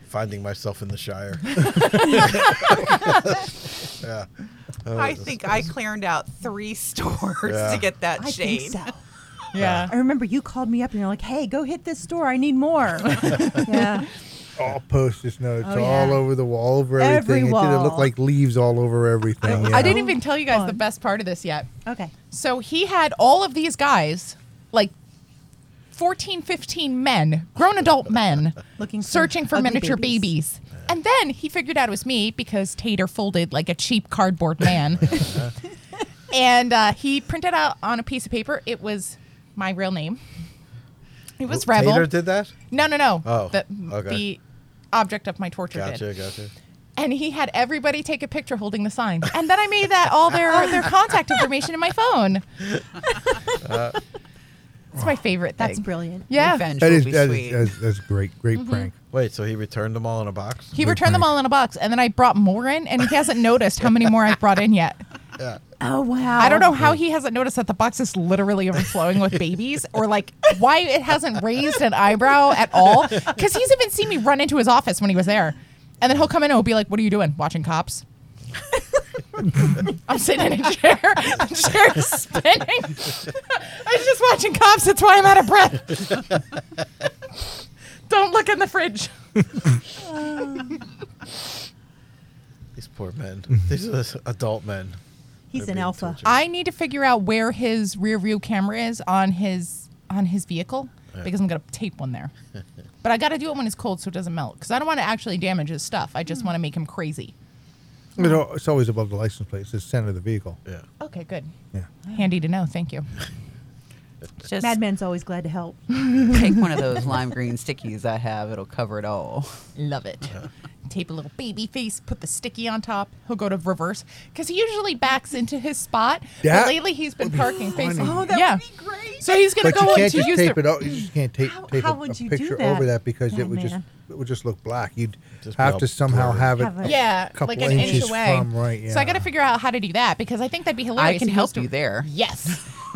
S5: finding myself in the Shire. yeah. That
S7: I
S5: was-
S7: think I cleared out three <laughs> stores
S5: Yeah.
S7: to get that
S6: I
S7: shade.
S6: think so.
S8: Yeah.
S6: I remember you called me up and you're like, "Hey, go hit this store. I need <laughs> more." yeah.
S4: all post-it notes
S6: Oh,
S4: all
S6: yeah.
S4: over the wall, all over
S6: Every
S4: everything. It didn't look
S6: wall.
S4: like leaves all over everything. yeah.
S8: I didn't even tell you guys the
S6: Fun.
S8: best part of this yet.
S6: Okay.
S8: So he had all of these guys, like 14, 15 men, grown adult men,
S6: Looking for
S8: searching for
S6: ugly
S8: miniature babies.
S6: babies.
S8: And then he figured out it was me because Tater folded like a cheap cardboard man.
S5: <laughs>
S8: and uh, he printed out on a piece of paper, it was my real name. It was Rebel.
S5: Tater did that.
S8: No, no, no.
S5: Oh,
S8: the,
S5: okay.
S8: the object of my torture
S5: Gotcha,
S8: did.
S5: gotcha.
S8: And he had everybody take a picture holding the sign. And then I made that all their, their contact information in my phone.
S5: <laughs> Uh,
S8: it's my favorite thing.
S6: That's brilliant.
S8: Yeah.
S7: Revenge
S4: That
S7: will
S4: is, uh,
S7: be
S4: that
S7: sweet.
S4: is, that is that's great, great
S8: Mm-hmm.
S4: prank.
S5: Wait, so he returned them all in a box?
S8: He returned them all in a box, and then I brought more in, and he hasn't noticed how many more I've brought in yet.
S6: Oh wow.
S8: I don't know how he hasn't noticed that the box is literally overflowing with babies, or like why it hasn't raised an eyebrow at all. Because he's even seen me run into his office when he was there, and then he'll come in and he'll be like, "What are you doing? Watching cops?" <laughs> I'm sitting in a chair. The chair is spinning. <laughs> I was just watching cops. That's why I'm out of breath. <laughs> Don't look in the fridge.
S5: These poor men. These are s- adult men.
S6: He's
S5: They're
S6: an
S5: being
S6: alpha.
S5: tortured.
S8: I need to figure out where his rear view camera is on his on his vehicle because I'm gonna tape
S4: <laughs>
S8: one there. but I gotta do it when it's cold so it doesn't melt because I don't want to actually damage his stuff. I just want to make him crazy.
S4: You know, it's always above the license plate. It's the center of the vehicle.
S5: Yeah.
S8: Okay, good.
S4: Yeah.
S8: Handy to know. Thank you.
S7: Just
S6: Madman's always glad to help.
S4: <laughs>
S7: take one of those lime green stickies I have. It'll cover it all.
S8: Love it. tape a little baby face, put the sticky on top. He'll go to reverse because he usually backs into his spot.
S4: That
S8: but lately, he's been
S4: would be
S8: parking facing.
S4: funny. Oh,
S6: that
S8: yeah.
S6: would be great.
S8: So he's gonna
S4: But you
S8: go in
S4: can't
S8: to
S4: just
S8: use
S4: tape
S8: the.
S4: it. o- You just can't tape,
S6: How-
S4: tape
S6: how
S4: a,
S6: would
S4: a
S6: you do
S4: picture
S6: that?
S4: over that because
S6: Yeah,
S4: it would just
S6: man.
S4: it would just look black. You'd
S5: Just be
S4: have
S5: all
S4: to somehow
S5: blurry.
S4: have it.
S6: Have
S4: a
S6: it-
S8: Yeah,
S4: couple
S8: like an
S4: inches
S8: inch away.
S4: From, right. Yeah.
S8: So I got to figure out how to do that because I think that'd be hilarious.
S7: I can
S8: He
S7: help
S8: goes to-
S7: you there.
S6: <laughs>
S8: Yes,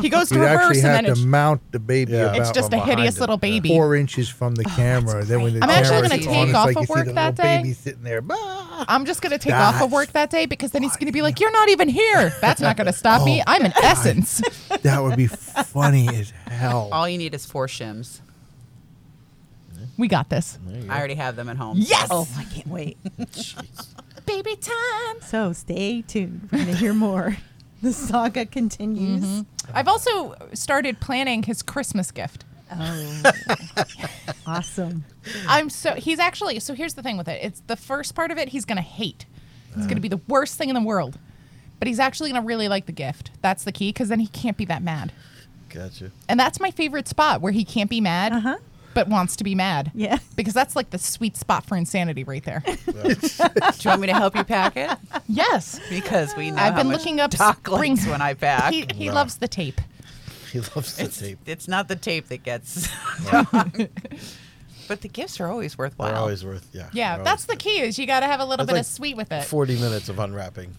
S8: he goes to
S4: You'd
S8: reverse
S4: actually
S8: and then
S4: have
S8: it's,
S4: to mount the baby
S5: Yeah.
S4: about
S5: It's
S8: it's just a
S5: from behind
S8: hideous
S5: him.
S8: little
S5: Yeah.
S8: baby.
S4: four inches from the camera. Then when the
S8: I'm
S7: actually
S4: camera's
S7: gonna
S4: on,
S7: take
S4: it's
S8: off
S4: like
S8: of
S4: you see
S8: work
S4: the
S8: that
S4: little Baby
S8: day.
S4: sitting there. Bah!
S8: I'm just gonna take off
S4: That's
S8: of work that day because then he's gonna be like, "You're not
S4: <laughs>
S8: even here." That's not gonna stop me.
S4: Oh
S8: I'm an essence.
S4: That would <laughs> be funny as hell.
S6: Oh,
S7: All you need is four shims.
S8: We got this.
S7: I already have them at home.
S8: Yes,
S6: Oh, I can't wait.
S8: baby time.
S6: So stay tuned. We're going to hear <laughs> more. The saga continues.
S8: I've also started planning his Christmas gift.
S6: Awesome.
S8: I'm so he's actually so here's the thing with it. It's the first part of it he's gonna hate. It's gonna be the worst thing in the world. But he's actually gonna really like the gift. That's the key, because then he can't be that mad.
S5: Gotcha. <laughs>
S8: And that's my favorite spot where he can't be mad
S6: Uh-huh.
S8: but wants to be mad.
S6: Yeah.
S8: Because that's like the sweet spot for insanity right
S7: <laughs>
S8: there.
S7: Do you want me to help you
S8: <laughs>
S7: pack it?
S8: yes.
S7: Because we know
S8: I've
S7: how
S8: been
S7: much
S8: looking up
S7: Doc
S8: spring-
S7: likes when I pack.
S8: He he loves the tape.
S5: He loves the tape.
S7: it's not the tape
S5: <laughs>
S7: that gets.
S8: <laughs>
S7: but the gifts are always worthwhile.
S5: They're always worth. Yeah.
S8: Yeah,
S5: they're
S8: that's the
S5: always-
S8: key is you gotta have a little
S5: It's
S8: bit
S5: like
S8: of sweet with it.
S5: Forty minutes of unwrapping,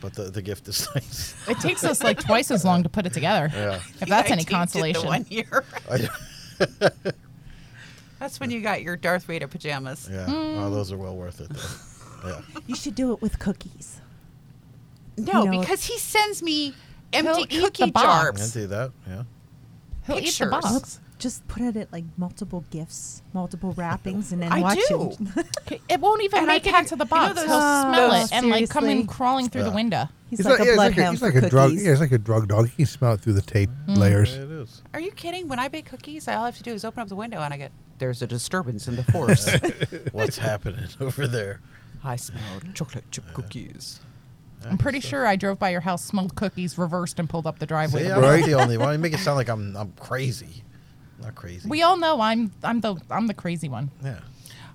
S5: but the the gift is <laughs> nice.
S8: It takes us like twice as long to put it together.
S5: Yeah.
S8: If that's
S7: I
S8: any
S7: taped it the
S8: consolation.
S7: one year. <laughs>
S5: I-
S7: That's when you got your Darth Vader pajamas.
S5: yeah. Oh, those are well worth it. Though. Yeah.
S6: You should do it with cookies.
S7: No,
S6: You know,
S7: because he sends me empty
S8: He'll eat the
S7: cookie
S8: box.
S5: And
S7: jars.
S5: do that. Yeah.
S8: He'll eat the
S7: Pictures.
S8: box.
S6: Just put it at like multiple gifts, multiple wrappings, and then
S7: I
S6: watch
S7: do.
S6: it.
S8: It won't even
S7: And
S8: make
S7: I
S8: it
S7: can-
S8: into the
S7: you
S6: <laughs>
S8: box.
S7: know those-
S8: He'll smell
S6: those-
S8: it and like come
S6: Oh,
S8: in
S6: seriously.
S8: crawling through the
S5: Yeah.
S8: window.
S6: He's, like, a
S4: yeah,
S6: bloodhound.
S4: he's
S6: for
S4: like a drug.
S6: cookies.
S4: Yeah, he's like a drug dog. He can smell it through the tape layers.
S5: It is.
S7: Are you kidding? When I bake cookies, I all I have to do is open up the window and I get there's a disturbance in the force. <laughs>
S5: What's happening over there?
S7: I smell chocolate chip cookies.
S8: I'm pretty sure I drove by your house, smelled cookies, reversed, and pulled up the driveway.
S5: See,
S8: to
S5: I'm
S4: Right?
S5: not the only one. You make it sound like I'm I'm crazy. Not crazy.
S8: We all know I'm I'm the I'm the crazy one.
S5: Yeah.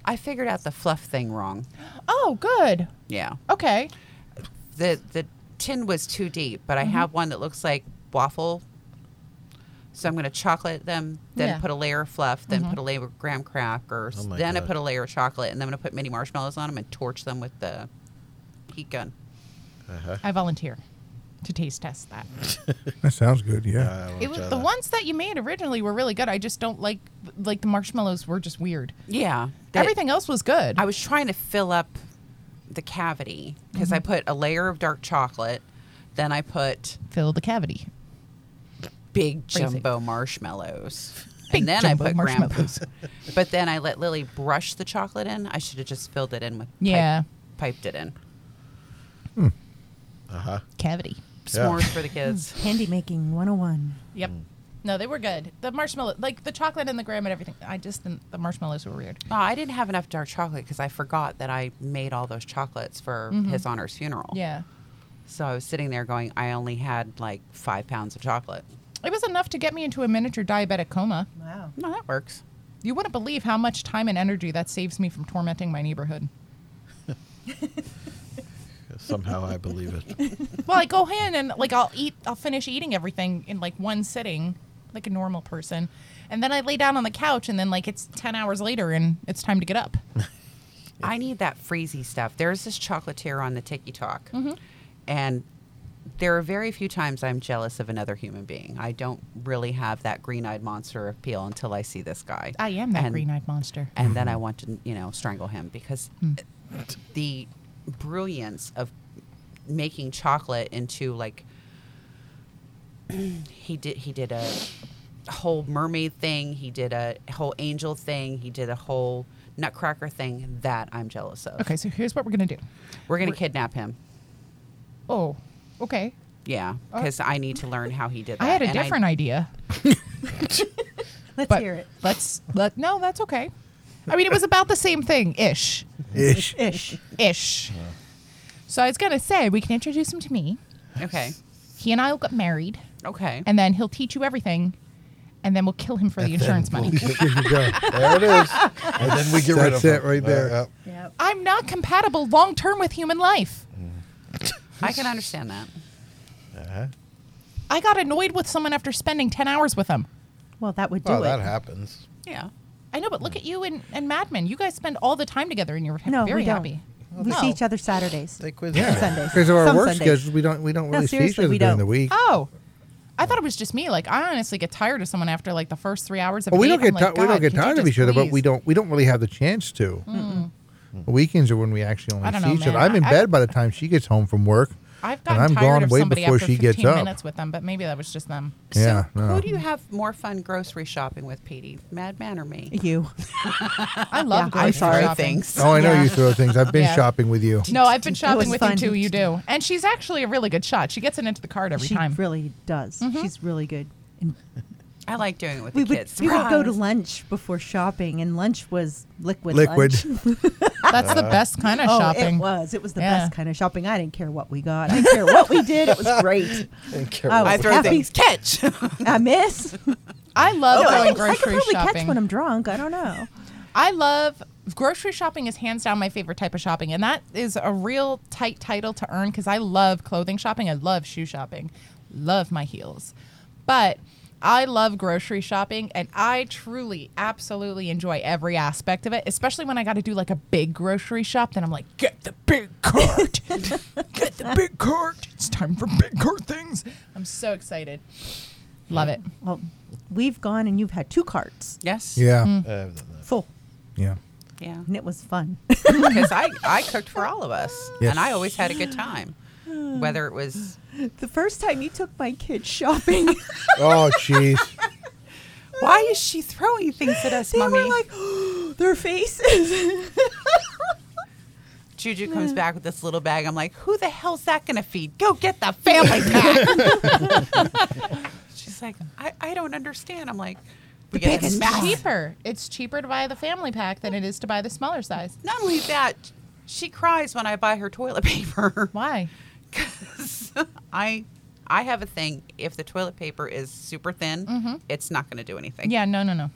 S7: I figured out the fluff thing wrong.
S8: Oh, good.
S7: Yeah.
S8: Okay.
S7: the the tin was too deep, but I have one that looks like waffle. So I'm going to chocolate them, then
S8: Yeah.
S7: put a layer of fluff, then put a layer of graham crackers,
S5: Oh my
S7: then I
S5: God.
S7: put a layer of chocolate, and then I'm going to put mini marshmallows on them and torch them with the heat gun.
S8: I volunteer to taste test that.
S4: That sounds good. Yeah.
S5: I wanna
S8: It was
S5: try
S8: the
S5: that.
S8: ones that you made originally were really good. I just don't like like the marshmallows were just weird.
S7: Yeah,
S8: Everything else was good.
S7: I was trying to fill up the cavity because
S8: Mm-hmm.
S7: I put a layer of dark chocolate, then I put
S8: fill the cavity.
S7: big
S8: Phrasing.
S7: jumbo marshmallows.
S8: Big
S7: and then
S8: jumbo
S7: I put graham
S8: marshmallows.
S7: <laughs> but then I let Lily brush the chocolate in. I should have just filled it in with pipe-
S8: Yeah.
S7: piped it in.
S8: Cavity.
S5: Yeah.
S7: S'mores
S8: <laughs>
S7: for the kids.
S6: Candy making 101.
S8: Yep. No, they were good. The marshmallow, like the chocolate and the graham and everything. I just didn't. The marshmallows were weird.
S7: Oh, I didn't have enough dark chocolate because I forgot that I made all those chocolates for his honor's funeral.
S8: Mm-hmm. Yeah.
S7: So I was sitting there going, I only had like five pounds of chocolate.
S8: It was enough to get me into a miniature diabetic coma.
S6: Wow.
S7: No, that works.
S8: You wouldn't believe how much time and energy that saves me from tormenting my neighborhood.
S5: Somehow I believe it.
S8: well, I go in and like I'll eat, I'll finish eating everything in like one sitting, like a normal person, and then I lay down on the couch, and then like it's ten hours later, and it's time to get <laughs> up.
S7: I need that freezy stuff. There's this chocolatier on the Tiki Talk,
S8: Mm-hmm.
S7: and there are very few times I'm jealous of another human being. I don't really have that green-eyed monster appeal until I see this guy.
S8: I am that
S7: And-
S8: green-eyed monster.
S7: and then I want to, you know, strangle him because
S8: Mm.
S7: the brilliance of making chocolate into like <clears throat> he did he did a whole mermaid thing, he did a whole angel thing, he did a whole nutcracker thing that I'm jealous of.
S8: Okay, so here's what we're gonna do.
S7: We're going to kidnap him.
S8: Oh, okay.
S7: Yeah, cuz I need to learn how he did that.
S8: uh, I had a
S7: And
S8: different idea.
S6: Let's
S8: But-
S6: hear it.
S8: Let's let no, that's okay. I mean, it was about the same thing, ish,
S4: Ish.
S6: Ish.
S8: ish. So I was gonna say we can introduce him to me.
S7: Okay.
S8: He and I will get married.
S7: Okay.
S8: and then he'll teach you everything and then we'll kill him for the insurance money.
S4: <laughs> There you go.
S5: There it is. And then we get rid of
S4: That's it
S5: them.
S4: right there.
S5: Yep.
S6: Yep.
S8: I'm not compatible long term with human life.
S7: I can understand that.
S8: I got annoyed with someone after spending 10 hours with them.
S6: Well, that would do
S5: Well,
S6: it.
S5: that happens.
S7: Yeah.
S8: I know, but look at you and, and Mad Men. You guys spend all the time together and you're ha-
S6: No,
S8: very
S6: we don't.
S8: happy.
S6: We
S8: No.
S6: see each other Saturdays
S5: They quit.
S6: and Sundays.
S4: Because of our
S6: Some
S4: work
S6: Sundays.
S4: schedules, we don't we don't
S6: No,
S4: really see each
S6: seriously,
S4: other
S6: we
S4: during the
S6: don't.
S4: week.
S8: Oh. I thought it was just me. Like I honestly get tired of someone after like the first three hours of.
S4: Well, we
S8: date.
S4: don't get
S8: I'm like,
S4: ti- we don't
S8: "God,
S4: get
S8: could you
S4: tired of
S8: just
S4: each other, but
S8: please?"
S4: we don't we don't really have the chance to. The Weekends are when we actually only
S8: I don't
S4: see
S8: know,
S4: each other.
S8: man.
S4: I'm in
S8: I-
S4: bed by the time she gets home from work,
S8: I've
S4: and
S8: gotten
S4: I'm
S8: tired
S4: gone
S8: of
S4: way
S8: somebody
S4: before
S8: after
S4: she gets
S8: 15
S4: up.
S8: minutes with them, but maybe that was
S6: <laughs>
S8: just them.
S4: Yeah,
S7: so,
S4: no.
S7: who do you have more fun grocery shopping with, Petey? Madman or me?
S6: You.
S8: I love
S7: I
S8: grocery
S7: throw
S8: shopping.
S7: things.
S4: Oh, I know you throw things. I've been
S8: Yeah.
S4: shopping with you.
S8: No, I've been shopping
S6: was
S8: with
S6: fun.
S8: you too. You do, and she's actually a really good shot. She gets it into the card every
S6: she
S8: time.
S6: really does. She's really good. And
S7: I like doing it with
S6: we
S7: the
S6: would,
S7: kids.
S6: we would go to
S7: Surprise.
S6: lunch before shopping, and lunch was liquid.
S4: Liquid.
S6: lunch.
S8: That's
S4: Uh,
S8: the best kind of
S6: <laughs> Oh,
S8: shopping.
S6: it was. It was the
S8: Yeah.
S6: best kind of shopping. I didn't care what we <laughs> got. I didn't care what we did. It was great.
S5: Didn't care
S6: I
S5: what-
S7: I
S6: was
S7: throw
S6: happy.
S7: things. Catch. <laughs>
S6: I <laughs> miss.
S8: I love
S6: Oh, I,
S8: going
S6: could- I could
S8: grocery
S6: probably catch when
S8: shopping.
S6: I'm drunk. I don't know.
S8: I love grocery shopping is hands down my favorite type of shopping, and that is a real tight title to earn because I love clothing shopping. I love shoe shopping, love my heels, but I love grocery shopping, and I truly, absolutely enjoy every aspect of it. Especially when I got to do like a big grocery shop, then I'm like, get the big cart, get the big cart. It's time for big cart things. I'm so excited. Love it.
S6: Well, we've gone and you've had two carts
S4: <laughs>
S7: yes.
S4: Yeah,
S8: Mm.
S5: Uh,
S6: full,
S8: <laughs>
S4: yeah.
S7: Yeah.
S6: and it was fun.
S7: Because I, I cooked for all of us.
S4: Yes.
S7: And I always had a good time. Whether it was,
S6: <laughs> the first time you took my kids shopping, <laughs>
S4: Oh, jeez.
S7: why is she throwing things at us,
S6: they
S7: mommy?
S6: were like, <gasps> their faces.
S7: Juju comes back with this little bag. I'm like, who the hell's that going to feed? Go get the
S6: <laughs>
S7: family pack. She's like, I, I don't understand. I'm like, we get a
S8: It's
S7: mass-
S8: cheaper. It's cheaper to buy the family pack than it is to buy the smaller size.
S7: Not only that, she cries when I buy her toilet <laughs> paper.
S8: Why?
S7: Because <laughs> I, I have a thing. If the toilet paper is super thin, it's not going to do anything.
S8: Mm-hmm. Yeah, no, no, no.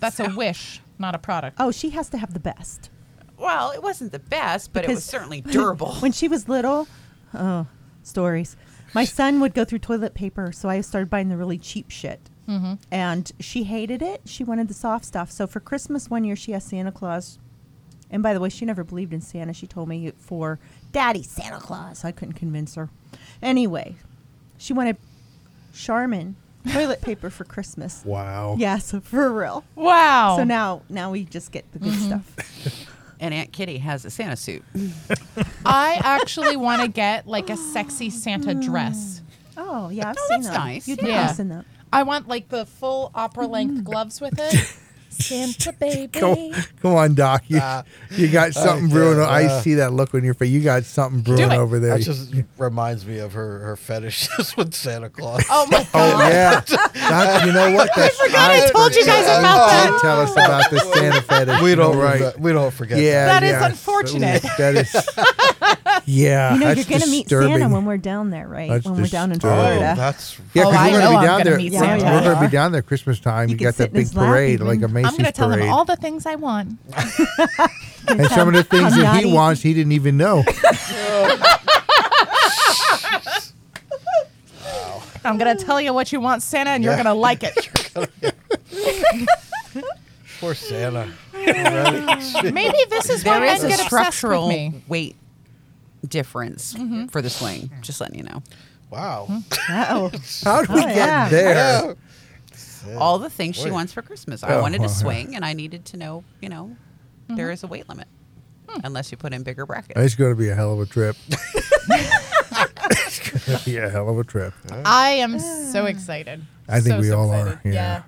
S8: That's a wish, not a product.
S6: <laughs> oh, she has to have the best.
S7: Well, it wasn't the best, but it was
S6: Because
S8: <laughs>
S7: certainly durable.
S6: <laughs> When she was little, oh, stories. My son would go through toilet paper, so I started buying the really cheap shit. Mm-hmm. And she hated it. She wanted the soft stuff. So for Christmas one year, she asked Santa Claus. And by the way, she never believed in Santa. She told me it for Daddy Santa Claus. I couldn't convince her. Anyway, she wanted Charmin
S7: <laughs>
S6: toilet paper for Christmas.
S4: Wow.
S6: Yes, for real.
S8: Wow.
S7: Oh.
S6: So now, now we just get the good
S7: Mm-hmm. <laughs>
S6: stuff.
S7: and Aunt Kitty has a Santa suit.
S8: I actually want to get like a sexy Santa dress.
S6: Oh yeah, I've
S7: Oh,
S6: seen
S7: that's
S6: that.
S7: nice.
S6: You'd
S8: Yeah.
S6: yeah. in that.
S8: I want like the full opera length gloves with it. Santa baby.
S4: Come, come on, Doc. You, you got something brewing.
S5: yeah,
S4: I
S5: yeah.
S4: see that look on your face. You got something brewing
S8: uh, it.
S4: over there.
S5: That just reminds me of her her <laughs> fetishes with Santa Claus.
S4: <laughs>
S8: Oh my
S4: oh
S8: god.
S4: yeah.
S8: <laughs>
S4: Doc, you know what? That's, I forgot I,
S8: told you guys about that.
S4: Tell us about the Santa fetish.
S5: we don't
S4: You're right.
S5: remem- we don't forget.
S4: Yeah,
S8: That is
S4: yeah.
S8: unfortunate.
S4: So, that
S8: <laughs>
S4: is. Yeah,
S6: You know,
S4: that's
S6: you're going to meet
S4: disturbing.
S6: Santa when we're down there, right?
S4: That's
S6: when we're down
S5: that.
S6: in
S4: disturbing.
S5: Oh,
S6: Florida.
S5: that's
S4: Yeah,
S8: Oh,
S4: because
S8: I
S4: we're
S8: know
S4: going to be down
S8: I'm gonna
S4: there.
S8: meet
S6: Yeah, Santa.
S4: We're going to be down there Christmas time. You,
S6: can
S4: got
S6: sit
S4: that
S6: in his
S4: big
S6: lap
S4: parade,
S6: even.
S4: like a
S6: I'm
S4: Macy's
S8: I'm gonna tell
S4: parade.
S8: him all the things I want.
S4: and some of the things
S6: how
S4: that he
S6: naughty.
S4: wants, he didn't even know.
S8: I'm gonna tell you what you want, Santa, and you're
S5: Yeah.
S8: gonna
S4: <laughs>
S8: like it.
S5: poor Santa. Already.
S8: Maybe this is why
S7: There is
S8: men
S7: a
S8: get obsessed with
S7: structural
S8: me. Mm-hmm.
S7: weight difference for the swing. Just letting you know.
S5: wow.
S6: Uh-oh.
S4: How do we
S6: Oh,
S4: get
S6: yeah.
S4: there?
S7: All the things she
S5: Wait.
S7: wants for Christmas.
S4: Oh,
S7: I wanted
S4: well,
S7: to
S4: yeah.
S7: swing, and I needed to know, you know,
S8: Mm-hmm.
S7: there is a weight limit.
S8: Hmm.
S7: Unless you put in bigger brackets.
S4: It's going to be a hell of a trip. it's going to be a hell of a trip.
S8: I am so excited.
S4: I think
S8: So,
S4: we
S8: so
S4: all
S8: excited.
S4: are. Yeah.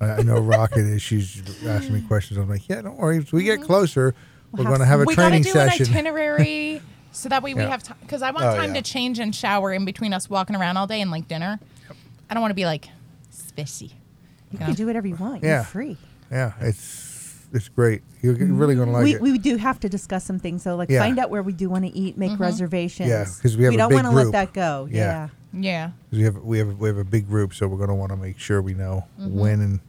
S4: I I know Rocket is. She's asking me questions. I'm like, yeah, don't worry. As we get closer, we're
S6: have
S4: going to have a
S8: we
S4: training
S8: gotta do
S4: session. <laughs>
S8: an itinerary so that way we
S4: Yeah.
S8: have time because i want
S5: Oh,
S8: time
S5: yeah.
S8: to change and shower in between us walking around all day and like dinner i don't want to be like spissy
S6: You can do whatever you want.
S4: Yeah.
S6: You're free.
S4: yeah, it's it's great. You're g- really going to like
S6: we,
S4: it.
S6: we do have to discuss some things, though, like
S4: Yeah.
S8: Mm-hmm.
S6: find out where we do want to eat, make reservations.
S4: Yeah, 'cause we have a
S6: don't
S4: big
S6: wanna let
S4: group.
S6: that go.
S4: Yeah.
S6: Yeah.
S8: Yeah.
S4: 'Cause We have we have we have a big group, so we're going to want to make sure we know
S8: Mm-hmm.
S4: when and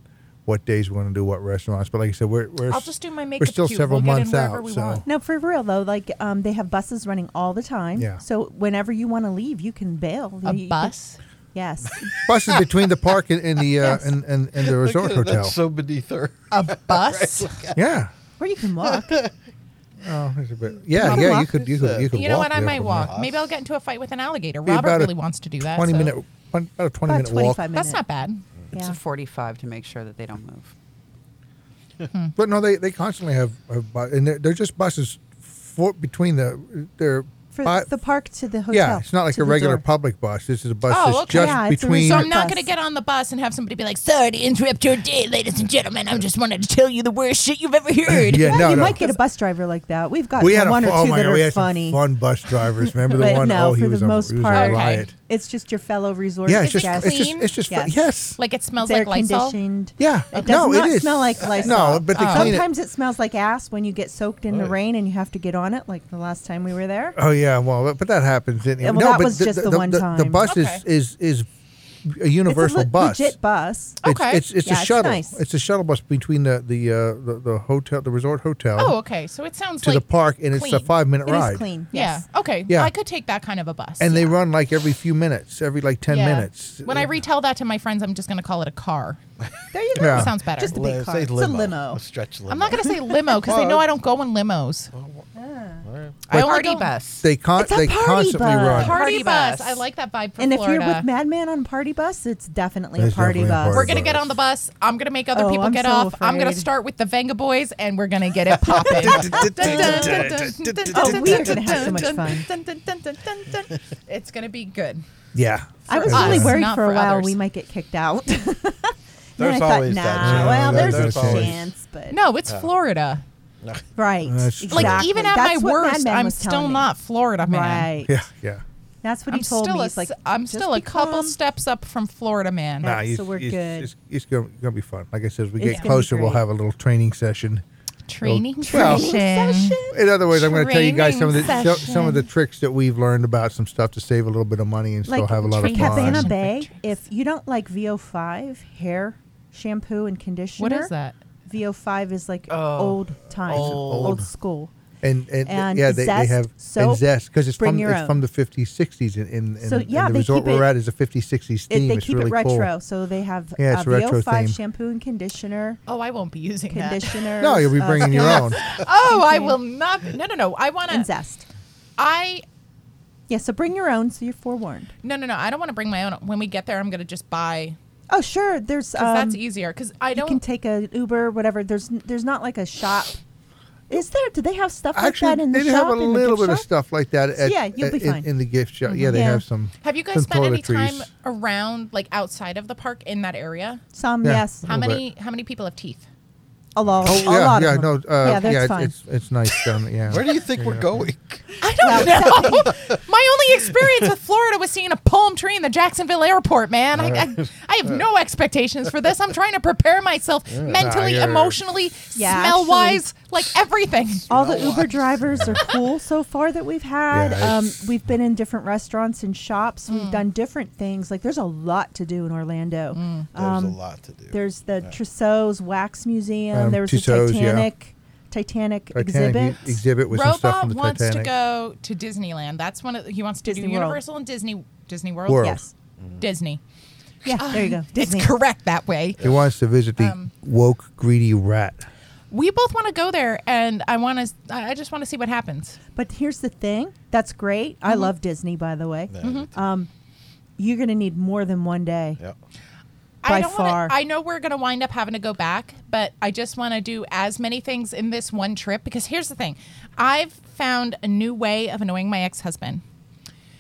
S4: what days we're going to do what restaurants. But like I said, we're we're
S8: I'll
S4: s-
S8: just do my makeup.
S4: We're still
S8: cute.
S4: several
S8: We'll get in
S4: months
S8: wherever
S4: out,
S8: we
S4: so
S8: want.
S4: <laughs>
S6: No, for real though, like um, they have buses running all the time.
S4: Yeah.
S6: So whenever you want to leave, you can bail.
S8: A
S6: You- you can-
S8: bus.
S6: yes. <laughs>
S4: buses between the park and, and the uh, and, and and the
S5: Look at
S4: resort
S5: her,
S4: hotel.
S5: <laughs> That's so beneath her.
S8: A bus.
S4: yeah.
S6: or you can
S4: <laughs>
S6: walk.
S4: Oh, it's a bit. Yeah,
S6: Not a
S4: yeah. You
S6: walk.
S4: could you could you could.
S8: You know
S4: walk
S8: what? I
S4: there
S8: might
S4: from
S8: walk.
S4: there.
S8: Maybe I'll get into a fight with an alligator.
S4: Be
S8: Robert
S4: about a
S8: really wants to do that.
S4: Twenty
S8: so-
S4: minute. About a twenty
S6: About
S4: minute
S6: twenty
S4: walk.
S6: five minutes.
S8: That's not bad.
S7: It's
S6: Yeah.
S7: a 45 to make sure that they don't move.
S4: But no, they, they constantly have, have bu- and they're, they're just buses for between the they're
S6: For
S4: bi-
S6: the park to the hotel.
S4: yeah. It's not like
S6: to
S4: a
S6: the
S4: regular
S6: door.
S4: public bus. This is a bus
S8: Oh,
S4: that's
S8: okay.
S4: just
S6: Yeah, it's a
S4: between.
S8: So
S6: Not
S8: I'm not
S6: bus.
S8: going to get on the bus and have somebody be like, "Sorry to interrupt your day, ladies and gentlemen. I just wanted to tell you the worst shit
S4: <laughs>
S8: you've ever heard."
S4: yeah,
S6: Well,
S4: no,
S6: you
S4: no.
S6: might get a bus driver like that. We've got
S4: we had a
S6: one
S4: fu-
S6: or two
S4: oh my
S6: that
S4: God,
S6: are
S4: we had some
S6: funny.
S4: fun bus drivers. Remember the
S6: But
S4: one?
S6: no,
S4: oh, he
S6: for the
S4: was a,
S6: most
S4: he was
S6: part-
S4: a
S8: Okay.
S4: riot.
S6: it's just your fellow resort.
S4: Yeah, it's
S8: Is
S4: just,
S8: it
S6: guests.
S4: it's just
S8: clean?
S4: it's just fun.
S6: Yes.
S4: yes.
S8: Like it smells
S6: It's air
S8: like Lysol.
S6: conditioned.
S4: Yeah.
S6: It does
S4: No, it
S6: not
S4: is.
S6: smell like Lysol.
S4: No, but they clean it.
S6: Sometimes it smells like ass when you get soaked in the rain and you have to get on it, like the last time we were there.
S4: Oh yeah, well, but- but that happens. Didn't it?
S6: Yeah, well,
S4: no,
S6: that
S4: but
S6: was
S4: the,
S6: just
S4: the,
S6: the one
S4: the, The
S6: time.
S4: bus
S8: Okay.
S4: is is is a universal
S6: it's a le-
S4: bus.
S6: legit bus.
S4: It's,
S8: Okay.
S4: it's, it's
S6: Yeah,
S4: a
S6: it's
S4: shuttle.
S6: nice.
S4: a shuttle bus between the the uh, the, the hotel, the resort hotel,
S8: Oh, okay. So it sounds
S4: to
S8: like
S4: the park, and it's a
S8: clean.
S4: five minute
S6: It is
S4: ride.
S6: clean.
S8: Yeah.
S6: Yes.
S8: Okay.
S4: Yeah.
S8: I could take that kind of a bus.
S4: And
S8: yeah.
S4: they run like every few minutes, every like ten
S8: Yeah.
S4: minutes.
S8: When I retell that to my friends, I'm just going to call it a car.
S6: There you go.
S4: Yeah.
S8: Sounds better.
S6: Just a big
S5: Let's
S6: car.
S5: say
S6: It's a
S5: limo.
S6: limo.
S5: A stretch limo.
S8: I'm not going to say limo because they know I don't go in limos. I only
S7: Party
S8: go
S7: bus.
S4: they con-
S6: It's a
S4: they
S6: party
S4: constantly
S6: bus.
S4: run.
S8: Party,
S7: Party
S8: bus.
S7: bus.
S8: I like that vibe for
S6: And if
S8: Florida.
S6: you're with Madman on party bus, it's definitely
S4: It's
S6: a party
S4: definitely a
S6: bus.
S4: party
S8: we're gonna
S4: bus.
S8: get on the bus. I'm gonna make other
S6: Oh,
S8: people
S6: I'm
S8: get
S6: so
S8: off. I'm gonna
S6: afraid.
S8: start with the Venga Boys, and we're gonna get it <laughs> popping.
S6: Oh, we are gonna have so much fun.
S8: It's gonna be good.
S4: Yeah,
S6: I was
S8: us,
S6: really worried
S8: not
S6: for a
S8: for
S6: while
S8: others.
S6: we might get kicked out. <laughs> There's
S5: There's
S6: I thought,
S5: always
S6: nah,
S5: that chance.
S6: Well,
S4: Yeah,
S6: there's,
S4: there's
S6: a
S4: always-
S6: chance, but
S8: No, it's Florida.
S6: right.
S4: That's true.
S6: exactly.
S8: Like even at
S6: That's
S8: my
S6: what Mad
S8: worst,
S6: Men
S8: I'm
S6: was
S8: still
S6: telling me.
S8: not Florida man.
S6: Right.
S4: yeah, yeah.
S6: That's what
S8: I'm
S6: he told
S8: still
S6: me.
S8: a,
S6: He's like,
S8: s- I'm
S6: "Just
S8: still a
S6: be
S8: couple
S6: calm."
S8: steps up from Florida man.
S4: Nah,
S6: so
S4: it's-
S6: we're
S4: it's,
S6: good.
S4: It's, it's gonna, gonna be fun. Like I said, as we
S6: It's
S4: get
S6: gonna be
S4: closer, we'll
S6: great.
S4: have a little training session.
S8: Training
S4: Well-
S8: session.
S4: In other words, I'm going to tell you guys some of the
S8: Training
S4: so- some of the tricks that we've learned about some stuff to save a little bit of money and still
S6: Like
S4: have a lot of
S8: training
S4: fun.
S6: Cabana
S8: Fine.
S6: Bay. If you don't like VO5 hair shampoo and conditioner,
S8: What is that?
S6: VO5 is like
S7: Oh.
S6: old time,
S7: Old.
S6: old, school.
S4: and and,
S6: And
S4: yeah, they, they
S6: zest,
S4: have and
S6: soap,
S4: zest because it's
S6: bring
S4: from
S6: your
S4: it's
S6: own.
S4: from the 50s, 60s, and in, in,
S6: So,
S4: in
S6: yeah,
S4: the
S6: they
S4: resort
S6: keep
S4: we're
S6: it-
S4: at is a 50s, 60s
S6: It,
S4: theme.
S6: they
S4: it's
S6: keep
S4: really
S6: it retro,
S4: cool.
S6: so they have
S4: Yeah, it's
S6: uh,
S4: a retro
S6: VO5
S4: theme.
S6: shampoo and conditioner. uh,
S8: Oh, I won't be using that.
S6: Conditioner.
S4: No, you'll be bringing your own.
S8: Oh, I will not. Be, no, no, no. I want
S6: and
S8: to.
S6: zest.
S8: I
S6: Yeah, so bring your own, so you're forewarned.
S8: no, no, no. I don't want to bring my own. When we get there, I'm gonna just buy
S6: Oh, sure. There's um,
S8: because that's easier. Because I
S6: you can
S8: don't.
S6: take a Uber, whatever. There's n- there's not like a shop. Is there? Do they have stuff like
S4: Actually,
S6: that in the
S4: they
S6: shop?
S4: have a
S6: in the
S4: little
S6: gift
S4: bit of
S6: shop?
S4: stuff like that. At,
S6: yeah, you'll be
S4: in,
S6: fine.
S4: in the gift shop. Mm-hmm. Yeah, they
S6: Yeah.
S4: have some.
S8: Have you guys
S4: some
S8: spent any time
S4: toiletries.
S8: around, like outside of the park, in that area?
S6: Some,
S4: Yeah.
S6: yes.
S8: How
S4: little
S8: many? How many people have teeth?
S6: A lot.
S4: Oh
S6: a
S4: yeah,
S6: lot
S4: yeah,
S6: of
S4: no,
S6: them.
S4: uh,
S6: yeah, that's
S4: it's-
S6: fine.
S4: it's it's nice down there, Yeah.
S5: Where do you think we're going? <laughs>
S8: I don't know. <laughs> My only experience with Florida was seeing a palm tree in the Jacksonville airport, man. I, I, I
S4: <laughs>
S8: have no expectations for this. I'm trying to prepare myself mentally,
S4: you're-
S8: emotionally,
S6: Yeah,
S8: smell wise, like everything.
S6: All
S4: Oh,
S6: the Uber drivers
S4: <laughs>
S6: are cool so far that we've had.
S4: Yeah, it's-
S6: um, we've been in different restaurants and shops.
S8: Mm.
S6: We've done different things. Like there's a lot to do in Orlando.
S8: Mm.
S6: Um,
S5: There's a lot to do.
S6: There's the Trousseau's Wax Museum.
S4: Um,
S6: there was
S4: Tussauds,
S6: the
S4: yeah.
S6: Titanic, Titanic,
S4: Titanic e-
S6: exhibit.
S4: exhibit with some stuff from the
S8: Robot wants
S4: Titanic.
S8: to go to Disneyland. That's one of he wants to
S6: Disney
S8: do
S6: World.
S8: Universal and Disney Disney World. Mm.
S4: World.
S6: Yes.
S8: Disney.
S6: Yeah. There you go. Disney.
S8: Ah, It's correct that way.
S4: He wants to visit the
S8: Um,
S4: woke greedy <laughs> rat.
S8: We both want to go there, and I want to. I I just want to see what happens.
S6: But here's the thing. That's great. I
S8: Mm-hmm.
S6: love Disney, by the way.
S5: Yeah,
S6: You're going to need more than one day.
S5: yeah.
S8: I
S6: By
S8: don't
S6: far.
S8: Wanna, I know we're going to wind up having to go back, but I just want to do as many things in this one trip because here's the thing I've found a new way of annoying my ex husband.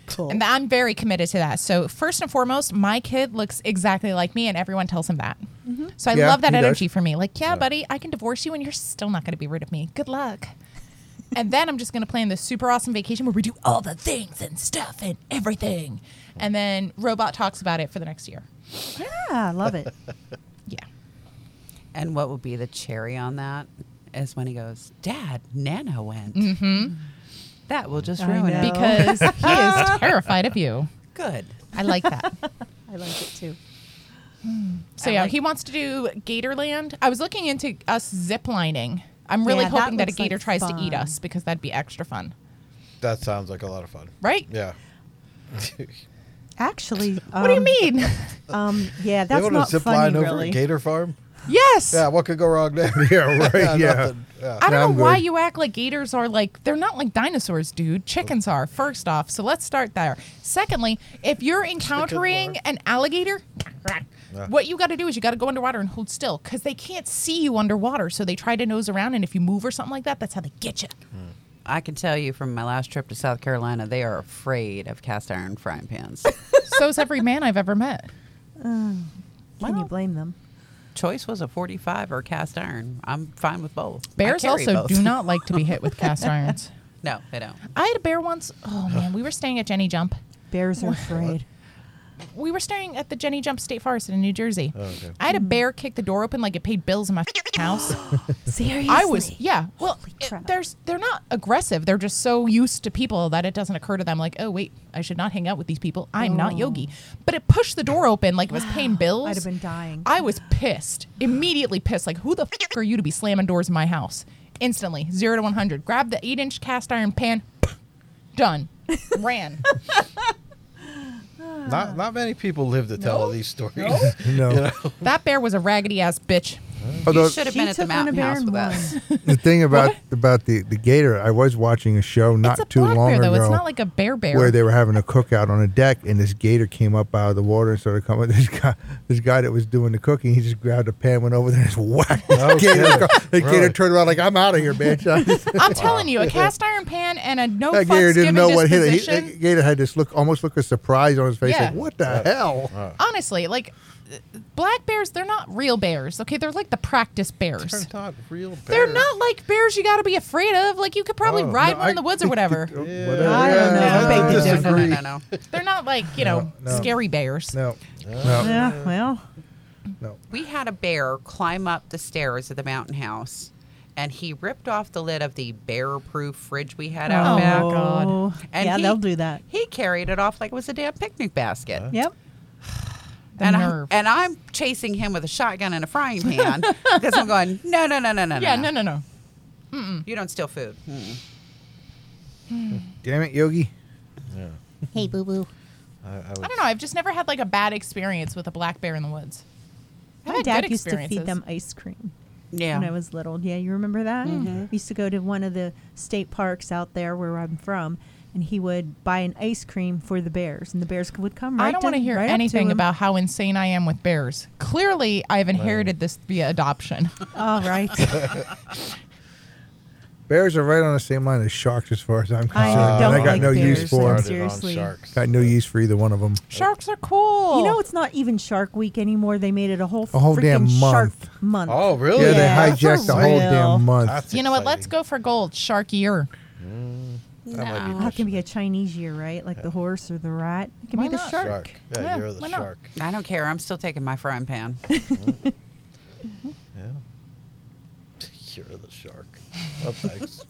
S6: Cool.
S8: And I'm very committed to that. So, first and foremost, my kid looks exactly like me, and everyone tells him that.
S6: Mm-hmm.
S8: So, I
S4: Yeah,
S8: love that
S4: he does.
S8: energy for me. Like, yeah, buddy, I can divorce you, and you're still not going to be rid of me. Good luck.
S6: <laughs>
S8: and then I'm just going to plan this super awesome vacation where we do all the things and stuff and everything. And then Robot talks about it for the next year.
S6: <laughs> yeah, I
S4: <laughs>
S6: love it.
S8: Yeah.
S7: And what would be the cherry on that is when he goes, Dad, Nana went. That will just
S6: Mm-hmm. I
S7: ruin
S6: know.
S8: <laughs>
S7: it.
S6: <laughs>
S8: because he is terrified of you.
S3: Good.
S8: I like that.
S6: I like it too.
S8: So yeah, he wants to do Gatorland. I was looking into us ziplining. I'm really
S6: Yeah, that
S8: hoping that, a
S6: looks like
S8: gator tries to eat
S6: fun.
S8: us because that'd be extra fun,
S5: That sounds like a lot of fun.
S8: right?
S5: Yeah.
S6: Actually,
S8: What do you mean?
S6: Um, yeah,
S5: they
S6: that's
S5: want
S6: not
S5: to zip
S6: funny,
S5: line over
S6: really.
S5: a gator farm?
S8: <laughs> yes.
S5: Yeah, what could go wrong there? <laughs>
S4: Yeah, right, yeah.
S5: nothing. yeah.
S8: I don't
S4: Yeah,
S8: know
S4: I'm
S8: why
S4: good.
S8: you act like gators are like they're not like dinosaurs, dude. Chickens are. First off, so let's start there. Secondly, if you're encountering
S5: are.
S8: an alligator,
S5: Yeah.
S8: what you got to do is you got to go underwater and hold still because they can't see you underwater. So they try to nose around, and if you move or something like that, that's how they get you.
S7: I can tell you from my last trip to South Carolina, they are afraid of cast iron frying
S6: <laughs>
S7: pans.
S8: So's every man I've ever met.
S6: Can you blame them?
S7: Choice was a 45 or cast iron. I'm fine with both. I
S8: Bears
S7: carry
S8: also
S7: both.
S8: do not like to be hit with cast irons.
S7: <laughs> No, they don't.
S8: I had a bear once. Oh man, we were staying at Jenny Jump.
S6: Bears <laughs> are afraid.
S8: We were staying at the Jenny Jump State Forest in New Jersey.
S7: Oh,
S5: okay.
S8: I had a bear kick the door open like it paid bills in my house.
S6: Seriously,
S8: I was yeah. Well, it-
S6: crap.
S8: there's they're not aggressive. They're just so used to people that it doesn't occur to them like, oh wait, I should not hang out with these people. I'm not Yogi. But it pushed the door open like it was paying bills.
S6: Oh. <sighs> I'd have been dying.
S8: I was pissed, immediately pissed. Like, who the f- are you to be slamming doors in my house? Instantly, zero to one hundred. Grab the eight-inch cast iron pan. <sniffs> Done.
S6: <laughs>
S8: Ran.
S5: Not not many people live to tell all these stories.
S4: No.
S8: <laughs> that bear was a raggedy ass bitch.
S4: Although
S7: Should have
S6: She
S7: been at the
S6: took on a
S7: mountain
S6: bear
S7: house
S6: and
S7: with
S6: won. <laughs>
S7: us.
S4: the thing
S8: <laughs>
S4: about about the, the gator, I was watching a show not
S8: it's a
S4: too
S8: black
S4: long
S8: bear
S4: ago.
S8: though. It's not like a bear bear.
S4: where they were having a cookout on a deck, and this gator came up out of the water and started coming. <laughs> This guy, this guy that was doing the cooking, he just grabbed a pan, went over there, and just whacked the gator. The gator
S5: Oh, Really?
S4: turned around like, "I'm out of here, bitch." <laughs>
S8: I'm telling you, a cast iron pan and a no
S4: that
S8: fucks
S4: gator didn't
S8: given
S4: know what hit it.
S8: disposition.
S4: He, the gator had this look, almost look of surprise on his face,
S8: Yeah.
S4: like, "What the hell?"
S8: honestly, like uh, black bears, they're not real bears. Okay, they're like the practice
S5: <laughs>
S8: bears.
S5: They're not real bears.
S8: They're not like bears you got to be afraid of. Like you could probably
S5: Oh,
S8: ride
S5: no,
S8: one in
S5: I-
S8: the
S5: <laughs>
S8: woods or whatever.
S5: Yeah.
S6: I don't know.
S5: Yeah,
S6: I beg
S5: I
S6: to
S7: No, no, no,
S5: disagree.
S7: no, no.
S8: they're not like you know
S4: No, no.
S8: scary bears.
S4: No, no,
S6: Yeah, well,
S8: Oh,
S4: no.
S7: We had a bear climb up the stairs of the mountain house, and he ripped off the lid of the bear-proof fridge we had out
S8: Oh,
S7: back.
S8: my God.
S6: Oh,
S7: And
S6: yeah,
S7: he-
S6: they'll do that.
S7: He carried it off like it was a damn picnic basket.
S6: Yep.
S8: The
S7: And, I,
S8: nerve.
S7: and I'm chasing him with a shotgun and a frying pan because I'm
S8: <laughs>
S7: going, no, no, no, no, no.
S8: yeah, no, no, no.
S7: You don't steal food.
S4: Hmm.
S7: Mm-mm.
S4: Damn it, Yogi.
S1: Hey, boo boo.
S5: I, I
S8: I
S5: would,
S8: don't know. I've just never had like a bad experience with a black bear in the woods. I've
S6: My
S8: had
S6: dad
S8: good
S6: used to feed
S8: experiences. Mm-hmm.
S6: them ice cream
S7: Yeah.
S6: when I was little. Yeah, you remember that? We used to go to one of the state parks out there where I'm from, and he would buy an ice cream for the bears, and the bears would come right
S8: I don't
S6: want to
S8: hear
S6: right up to
S8: anything
S6: him.
S8: about how insane I am with bears. Clearly, I've inherited this
S5: <laughs>
S8: via adoption.
S6: All
S8: <laughs>
S6: right.
S4: Bears are right on the same line as sharks, as far as I'm concerned. and
S6: don't
S4: I got
S6: like
S4: no
S6: bears.
S4: use
S6: I'm
S4: for. 'em.
S5: started on
S6: seriously.
S5: sharks.
S4: Got no use for either one of them.
S8: Sharks are cool.
S6: you know, it's not even Shark Week anymore. They made it a whole,
S4: A whole
S6: freaking
S4: damn month.
S6: Shark month.
S5: Oh, really?
S4: Yeah,
S6: Yeah,
S4: they hijacked
S6: for
S4: the whole
S6: real.
S4: damn month.
S5: That's
S8: You know what? Let's
S5: exciting.
S8: go for gold. Shark year.
S5: That might be
S7: No.
S6: That can be a Chinese year, right? Like the horse or the rat. It can
S8: Why
S6: be the
S8: not?
S6: shark.
S5: shark. Yeah,
S8: Yeah,
S5: you're the
S8: why not?
S5: shark.
S7: I don't care. I'm still taking my frying pan.
S5: Yeah. <laughs> You're the shark. Oh, thanks.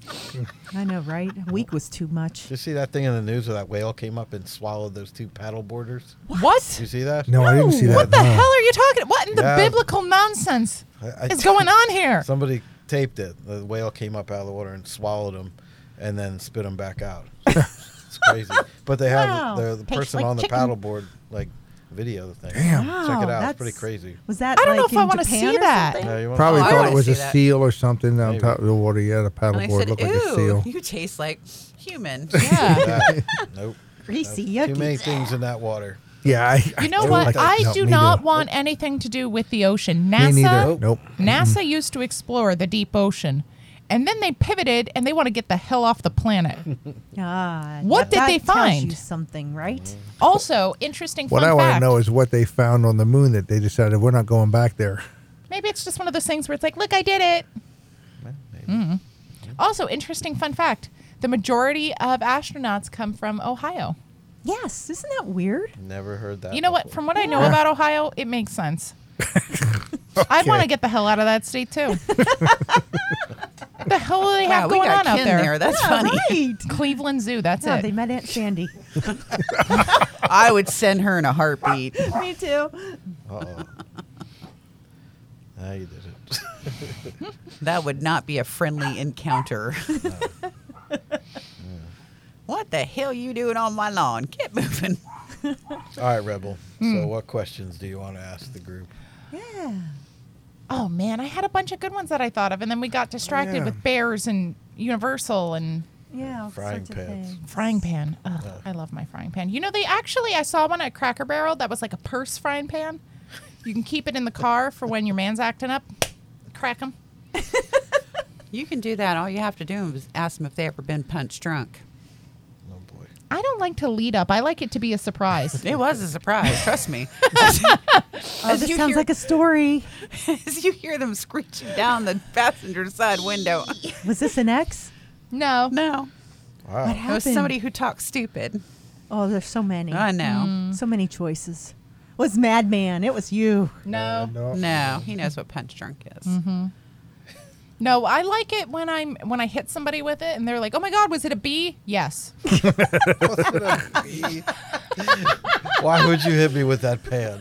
S6: I know, right? A week was too much.
S5: Did you see that thing in the news where that whale came up and swallowed those two paddle boarders?
S8: What?
S5: Did you see that?
S4: No, I didn't see that.
S8: What the
S4: no.
S8: hell are you talking? What in the
S5: Yeah.
S8: biblical nonsense
S5: I- I-
S8: is going on <laughs> here?
S5: Somebody taped it. The whale came up out of the water and swallowed him, and then spit him back out. it's crazy. But they have
S6: Wow.
S5: the, the
S6: Tastes
S5: person
S6: like
S5: on the
S6: chicken.
S5: paddleboard like video the thing.
S4: Damn.
S5: Check it
S6: Wow,
S5: out. It's pretty
S6: that's-
S5: crazy.
S6: Was that?
S8: I don't know
S6: like
S8: if I
S6: in
S8: wanna
S6: Japan
S8: see
S6: or
S8: that.
S6: something?
S5: Yeah, you wanna-
S4: Probably
S7: Oh, I
S4: thought it
S7: wanna
S4: was a
S7: see that.
S4: seal or something on
S5: Maybe.
S4: top of the water. Yeah, the
S7: And I
S4: paddleboard
S7: said,
S4: looked like a
S7: ooh,
S4: seal.
S7: you taste like
S8: <laughs>
S7: human.
S4: <laughs>
S8: Yeah.
S5: Yeah. nope.
S6: Greasy,
S5: Too
S6: yucky.
S5: many things in that water.
S4: Yeah, I, I
S8: You know
S4: don't
S8: what?
S4: like it.
S8: I
S4: No,
S8: do
S4: me
S8: not
S4: neither.
S8: want anything to do with the ocean.
S4: Me neither.
S8: NASA,
S4: Nope.
S8: NASA used to explore the deep ocean, and then they pivoted and they want to get the hell off the planet.
S4: <laughs>
S6: Ah,
S8: What
S6: that-
S8: did they
S6: that tells you
S8: find?
S6: something,
S5: Mm.
S6: right?
S8: also, interesting
S4: What
S8: fun
S4: I want to
S8: fact.
S4: know is what they found on the moon that they decided we're not going back there.
S8: Maybe it's just one of those things where it's like, look, I did it. Mm. Also, interesting fun fact: the majority of astronauts come from Ohio.
S6: Yes. Isn't that
S8: <laughs>
S6: weird?
S5: Never heard that.
S8: You know what?
S5: before.
S8: From what I know about Ohio, it makes sense. I'd want to get the hell out of that state too. the hell do they
S7: Wow,
S8: have
S7: we
S8: going on
S7: got
S8: out
S7: Ken
S8: there?
S7: there. That's funny.
S6: Right.
S8: Cleveland Zoo. That's
S6: Yeah,
S8: it.
S6: they met Aunt
S8: <laughs>
S6: Sandy.
S7: I would send her in a heartbeat.
S6: Me too.
S5: Uh-oh. <laughs> now you did it. <laughs>
S7: That would not be a friendly
S4: <laughs>
S7: encounter. <laughs> what the hell you doing on my lawn? Get moving.
S5: All right, Rebel. So, what questions do you want to ask the group?
S6: Yeah.
S8: oh man, I had a bunch of good ones that I thought of, and then we got distracted
S4: yeah.
S8: with bears and Universal and
S6: Yeah. all
S5: Frying
S6: sorts of
S5: pans.
S6: things.
S8: frying pan. Ugh, I love my frying pan. You know, they actually I saw one at Cracker Barrel that was like a purse frying pan. You can keep it in the car for when your man's acting up. Crack him.
S7: You can do that. All you have to do is ask them if they ever been punch drunk.
S5: Oh boy.
S8: I don't like to lead up. I like it to be a surprise.
S7: It was a surprise, trust me.
S6: Oh, this sounds like a story.
S7: as you hear them screeching down the passenger side window.
S6: Was this an ex?
S8: no.
S7: No.
S5: Wow.
S6: What
S7: It was
S6: happened?
S7: somebody who talks stupid.
S6: Oh, there's so many.
S7: I know.
S6: So many choices. Was Madman? It was you.
S8: No.
S5: no.
S7: No, he knows what punch drunk is.
S8: No, I like it when I'm when I hit somebody with it and they're like, "Oh my god, was it a bee?" Yes.
S5: Why would you hit me with that pan?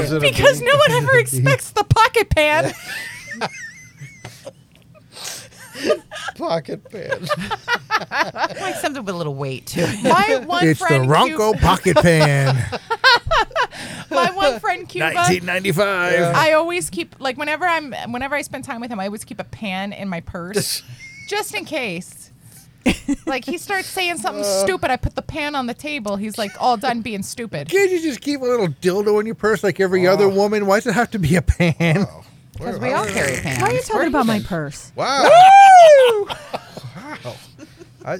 S5: Was it a
S8: because
S5: bee?
S8: no one ever expects the pocket pan.
S5: pocket pan. <laughs>
S7: Like something with a little weight to it.
S8: My one
S4: it's the
S8: friend
S4: Ronco
S8: <laughs> Cuba,
S4: Pocket Pan,
S8: my one friend Cuba.
S4: 1995.
S8: I always keep like whenever I'm whenever I spend time with him, I always keep a pan in my purse just in case. like he starts saying something stupid, I put the pan on the table. He's like all done being stupid.
S4: Can't you just keep a little dildo in your purse like every other woman? Why does it have to be a pan?
S7: Because we all carry pants.
S6: Why are you talking about my purse?
S5: Wow.
S4: <laughs>
S5: wow. I, I,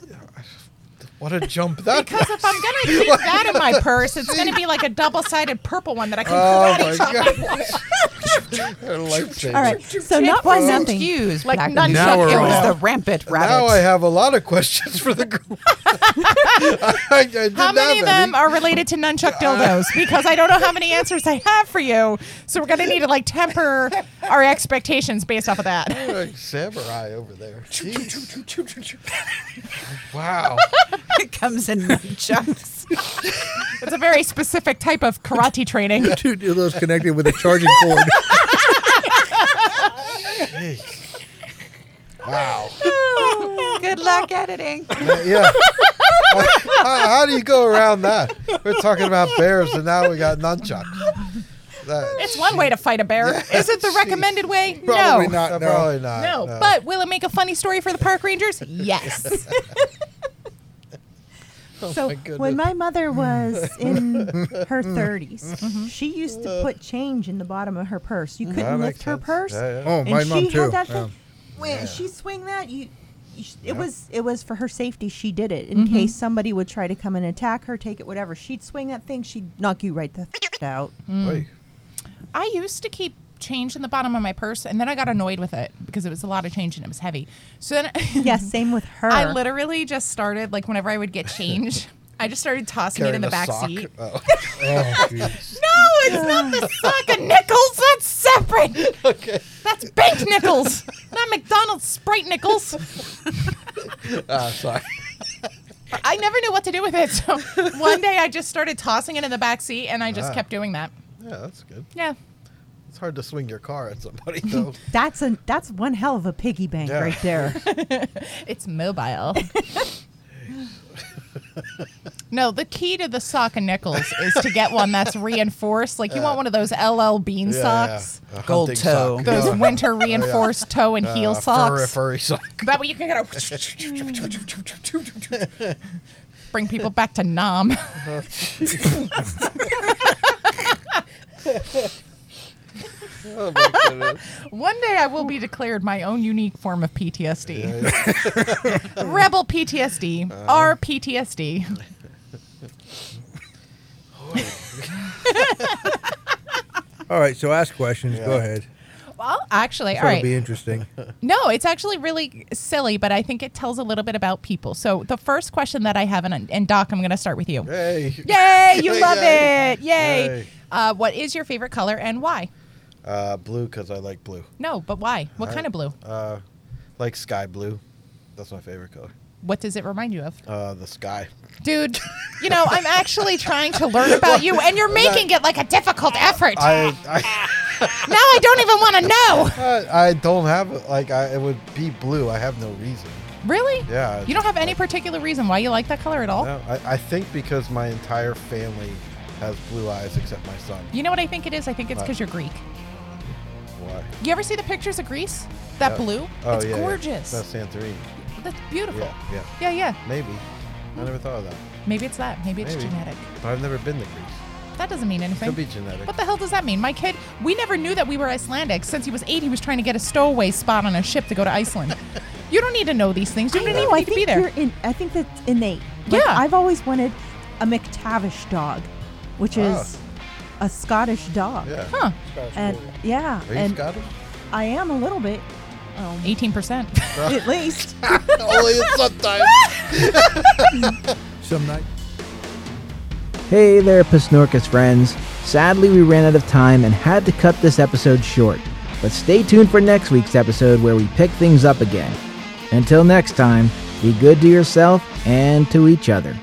S5: what a jump that
S8: Because if I'm gonna keep that in my purse, it's gonna be like a double-sided purple one that I
S5: <laughs>
S8: can.
S5: Oh
S8: karate
S5: my god. <laughs> What a
S8: <laughs>
S5: lifesaver.
S6: All right. So not one nothing.
S7: Excuse,
S8: Like
S7: like
S8: nunchuck
S4: Now we're
S7: it
S4: off.
S7: was the rampant rabbit.
S5: Now I have a lot of questions for
S4: <laughs>
S5: the group. I, I didn't
S8: How many
S5: have
S8: of them are related to nunchuck dildos? Because I don't know how many answers I have for you. So we're going to need to like temper our expectations based off of that.
S5: any. Like samurai over there. Jeez. wow.
S7: it <laughs> comes in nunchucks.
S8: It's a very specific type of karate training.
S4: Two dildos connected with a charging
S5: <laughs>
S4: cord.
S5: Wow.
S7: Good luck editing.
S5: yeah. how, how do you go around that? We're talking about bears, and now we got nunchucks. That-
S8: It's one way to fight a bear. Is it the recommended way?
S4: Probably
S8: no.
S4: not. no.
S5: Probably not.
S8: No. But will it make a funny story for the park rangers? Yes.
S6: so
S5: Oh my goodness.
S6: when my mother was in
S5: <laughs>
S6: her 30s, she used to put change in the bottom of her purse. You
S5: Uh, That
S6: couldn't lift
S5: makes
S6: her
S5: sense.
S6: purse,
S5: Yeah, yeah.
S4: Oh,
S6: and
S4: my
S6: she
S4: mom
S6: had
S4: too.
S6: that
S4: Yeah.
S6: thing. When she swing that, you, you sh- it was it was for her safety. She did it in case somebody would try to come and attack her, take it, whatever. She'd swing that thing, she'd knock you right the f- out.
S5: Wait.
S8: I used to keep change in the bottom of my purse and then I got annoyed with it because it was a lot of change and it was heavy. So then <laughs>
S6: Yeah, same with her.
S8: I literally just started like whenever I would get change, I just started tossing it
S5: Carrying
S8: in the
S5: a
S8: back
S5: sock.
S8: seat.
S5: Oh.
S4: Oh, geez.
S8: No, it's not the sack of nickels. That's separate.
S5: okay.
S8: That's baked nickels, not McDonald's Sprite nickels.
S5: Ah, sorry.
S8: I never knew what to do with it. So one day I just started tossing it in the back seat, and I just
S5: Ah.
S8: kept doing that.
S5: Yeah, that's good.
S8: Yeah.
S5: It's hard to swing your car at
S8: <laughs>
S5: somebody though.
S6: that's a that's one hell of a piggy bank
S5: Yeah. <laughs>
S6: right there.
S8: It's mobile. no, the key to the sock of nickels is to get one that's reinforced. Like you want one of those LL Bean
S5: Yeah,
S8: socks,
S5: yeah. A
S7: Gold
S5: hunting
S7: toe.
S5: sock.
S8: those
S5: Yeah.
S8: winter reinforced toe and
S5: Uh,
S8: heel
S5: furry-
S8: socks.
S5: Furry, sock.
S8: <laughs>
S5: <laughs>
S8: That way you can kind of bring people back to Nam.
S5: Oh my goodness.
S8: One day I will be declared my own unique form of PTSD. <laughs> Rebel PTSD.
S5: Uh-huh.
S8: R PTSD.
S4: All right, so ask questions. Go
S5: Yeah.
S4: ahead.
S8: Well, actually, all
S4: That'll be
S5: <laughs>
S8: right.
S4: interesting.
S8: No, it's actually really silly, but I think it tells a little bit about people. So the first question that I have, and, and Doc, I'm going to start with you.
S5: Hey.
S8: Yay, you love
S5: Yay.
S8: it. Yay.
S5: Yay.
S8: Uh, what is your favorite color and why?
S5: Uh, blue because I like blue.
S8: No, but why? What kind of blue?
S5: Uh, like sky blue. That's my favorite color.
S8: What does it remind you of?
S5: Uh, the sky.
S8: Dude, you know, I'm actually trying to learn about you, and you're making it like a difficult effort.
S5: I I,
S8: <laughs> now I don't even want to know.
S5: I I don't have like I it would be blue. I have no reason.
S8: Really?
S5: Yeah.
S8: You don't have any particular reason why you like that color at all?
S5: No, I, I think because my entire family has blue eyes except my son.
S8: You know what I think it is? I think it's because you're Greek.
S5: Why?
S8: You ever see the pictures of Greece? That
S5: Yeah.
S8: blue?
S5: Oh,
S8: it's
S5: yeah, yeah.
S8: gorgeous.
S5: That's Santorini.
S8: That's beautiful.
S5: Yeah, yeah.
S8: yeah, yeah.
S5: Maybe. I never thought of that.
S8: Maybe it's that. Maybe it's
S5: Maybe.
S8: genetic.
S5: But I've never been to Greece.
S8: That doesn't mean anything.
S5: Could be genetic.
S8: What the hell does that mean? My kid, we never knew that we were Icelandic. Since he was eight, he was trying to get a stowaway spot on a ship to go to
S5: <laughs>
S8: Iceland. you don't need to know these things. You don't even
S6: I
S8: need to
S6: think
S8: be there.
S6: You're in, I think that's innate. Like,
S8: Yeah.
S6: I've always wanted a McTavish dog, which is a Scottish dog.
S5: Ah. Yeah.
S8: Huh.
S5: Scottish
S6: And
S5: Fold.
S6: yeah,
S5: Are you
S6: and
S5: Scottish?
S6: I am a little
S5: <laughs>
S6: bit,
S8: <laughs> 18%.
S6: at least.
S5: Only sometimes.
S4: Some night.
S3: Hey there, Pasnorkus friends. Sadly, we ran out of time and had to cut this episode short. But stay tuned for next week's episode where we pick things up again. Until next time, be good to yourself and to each other.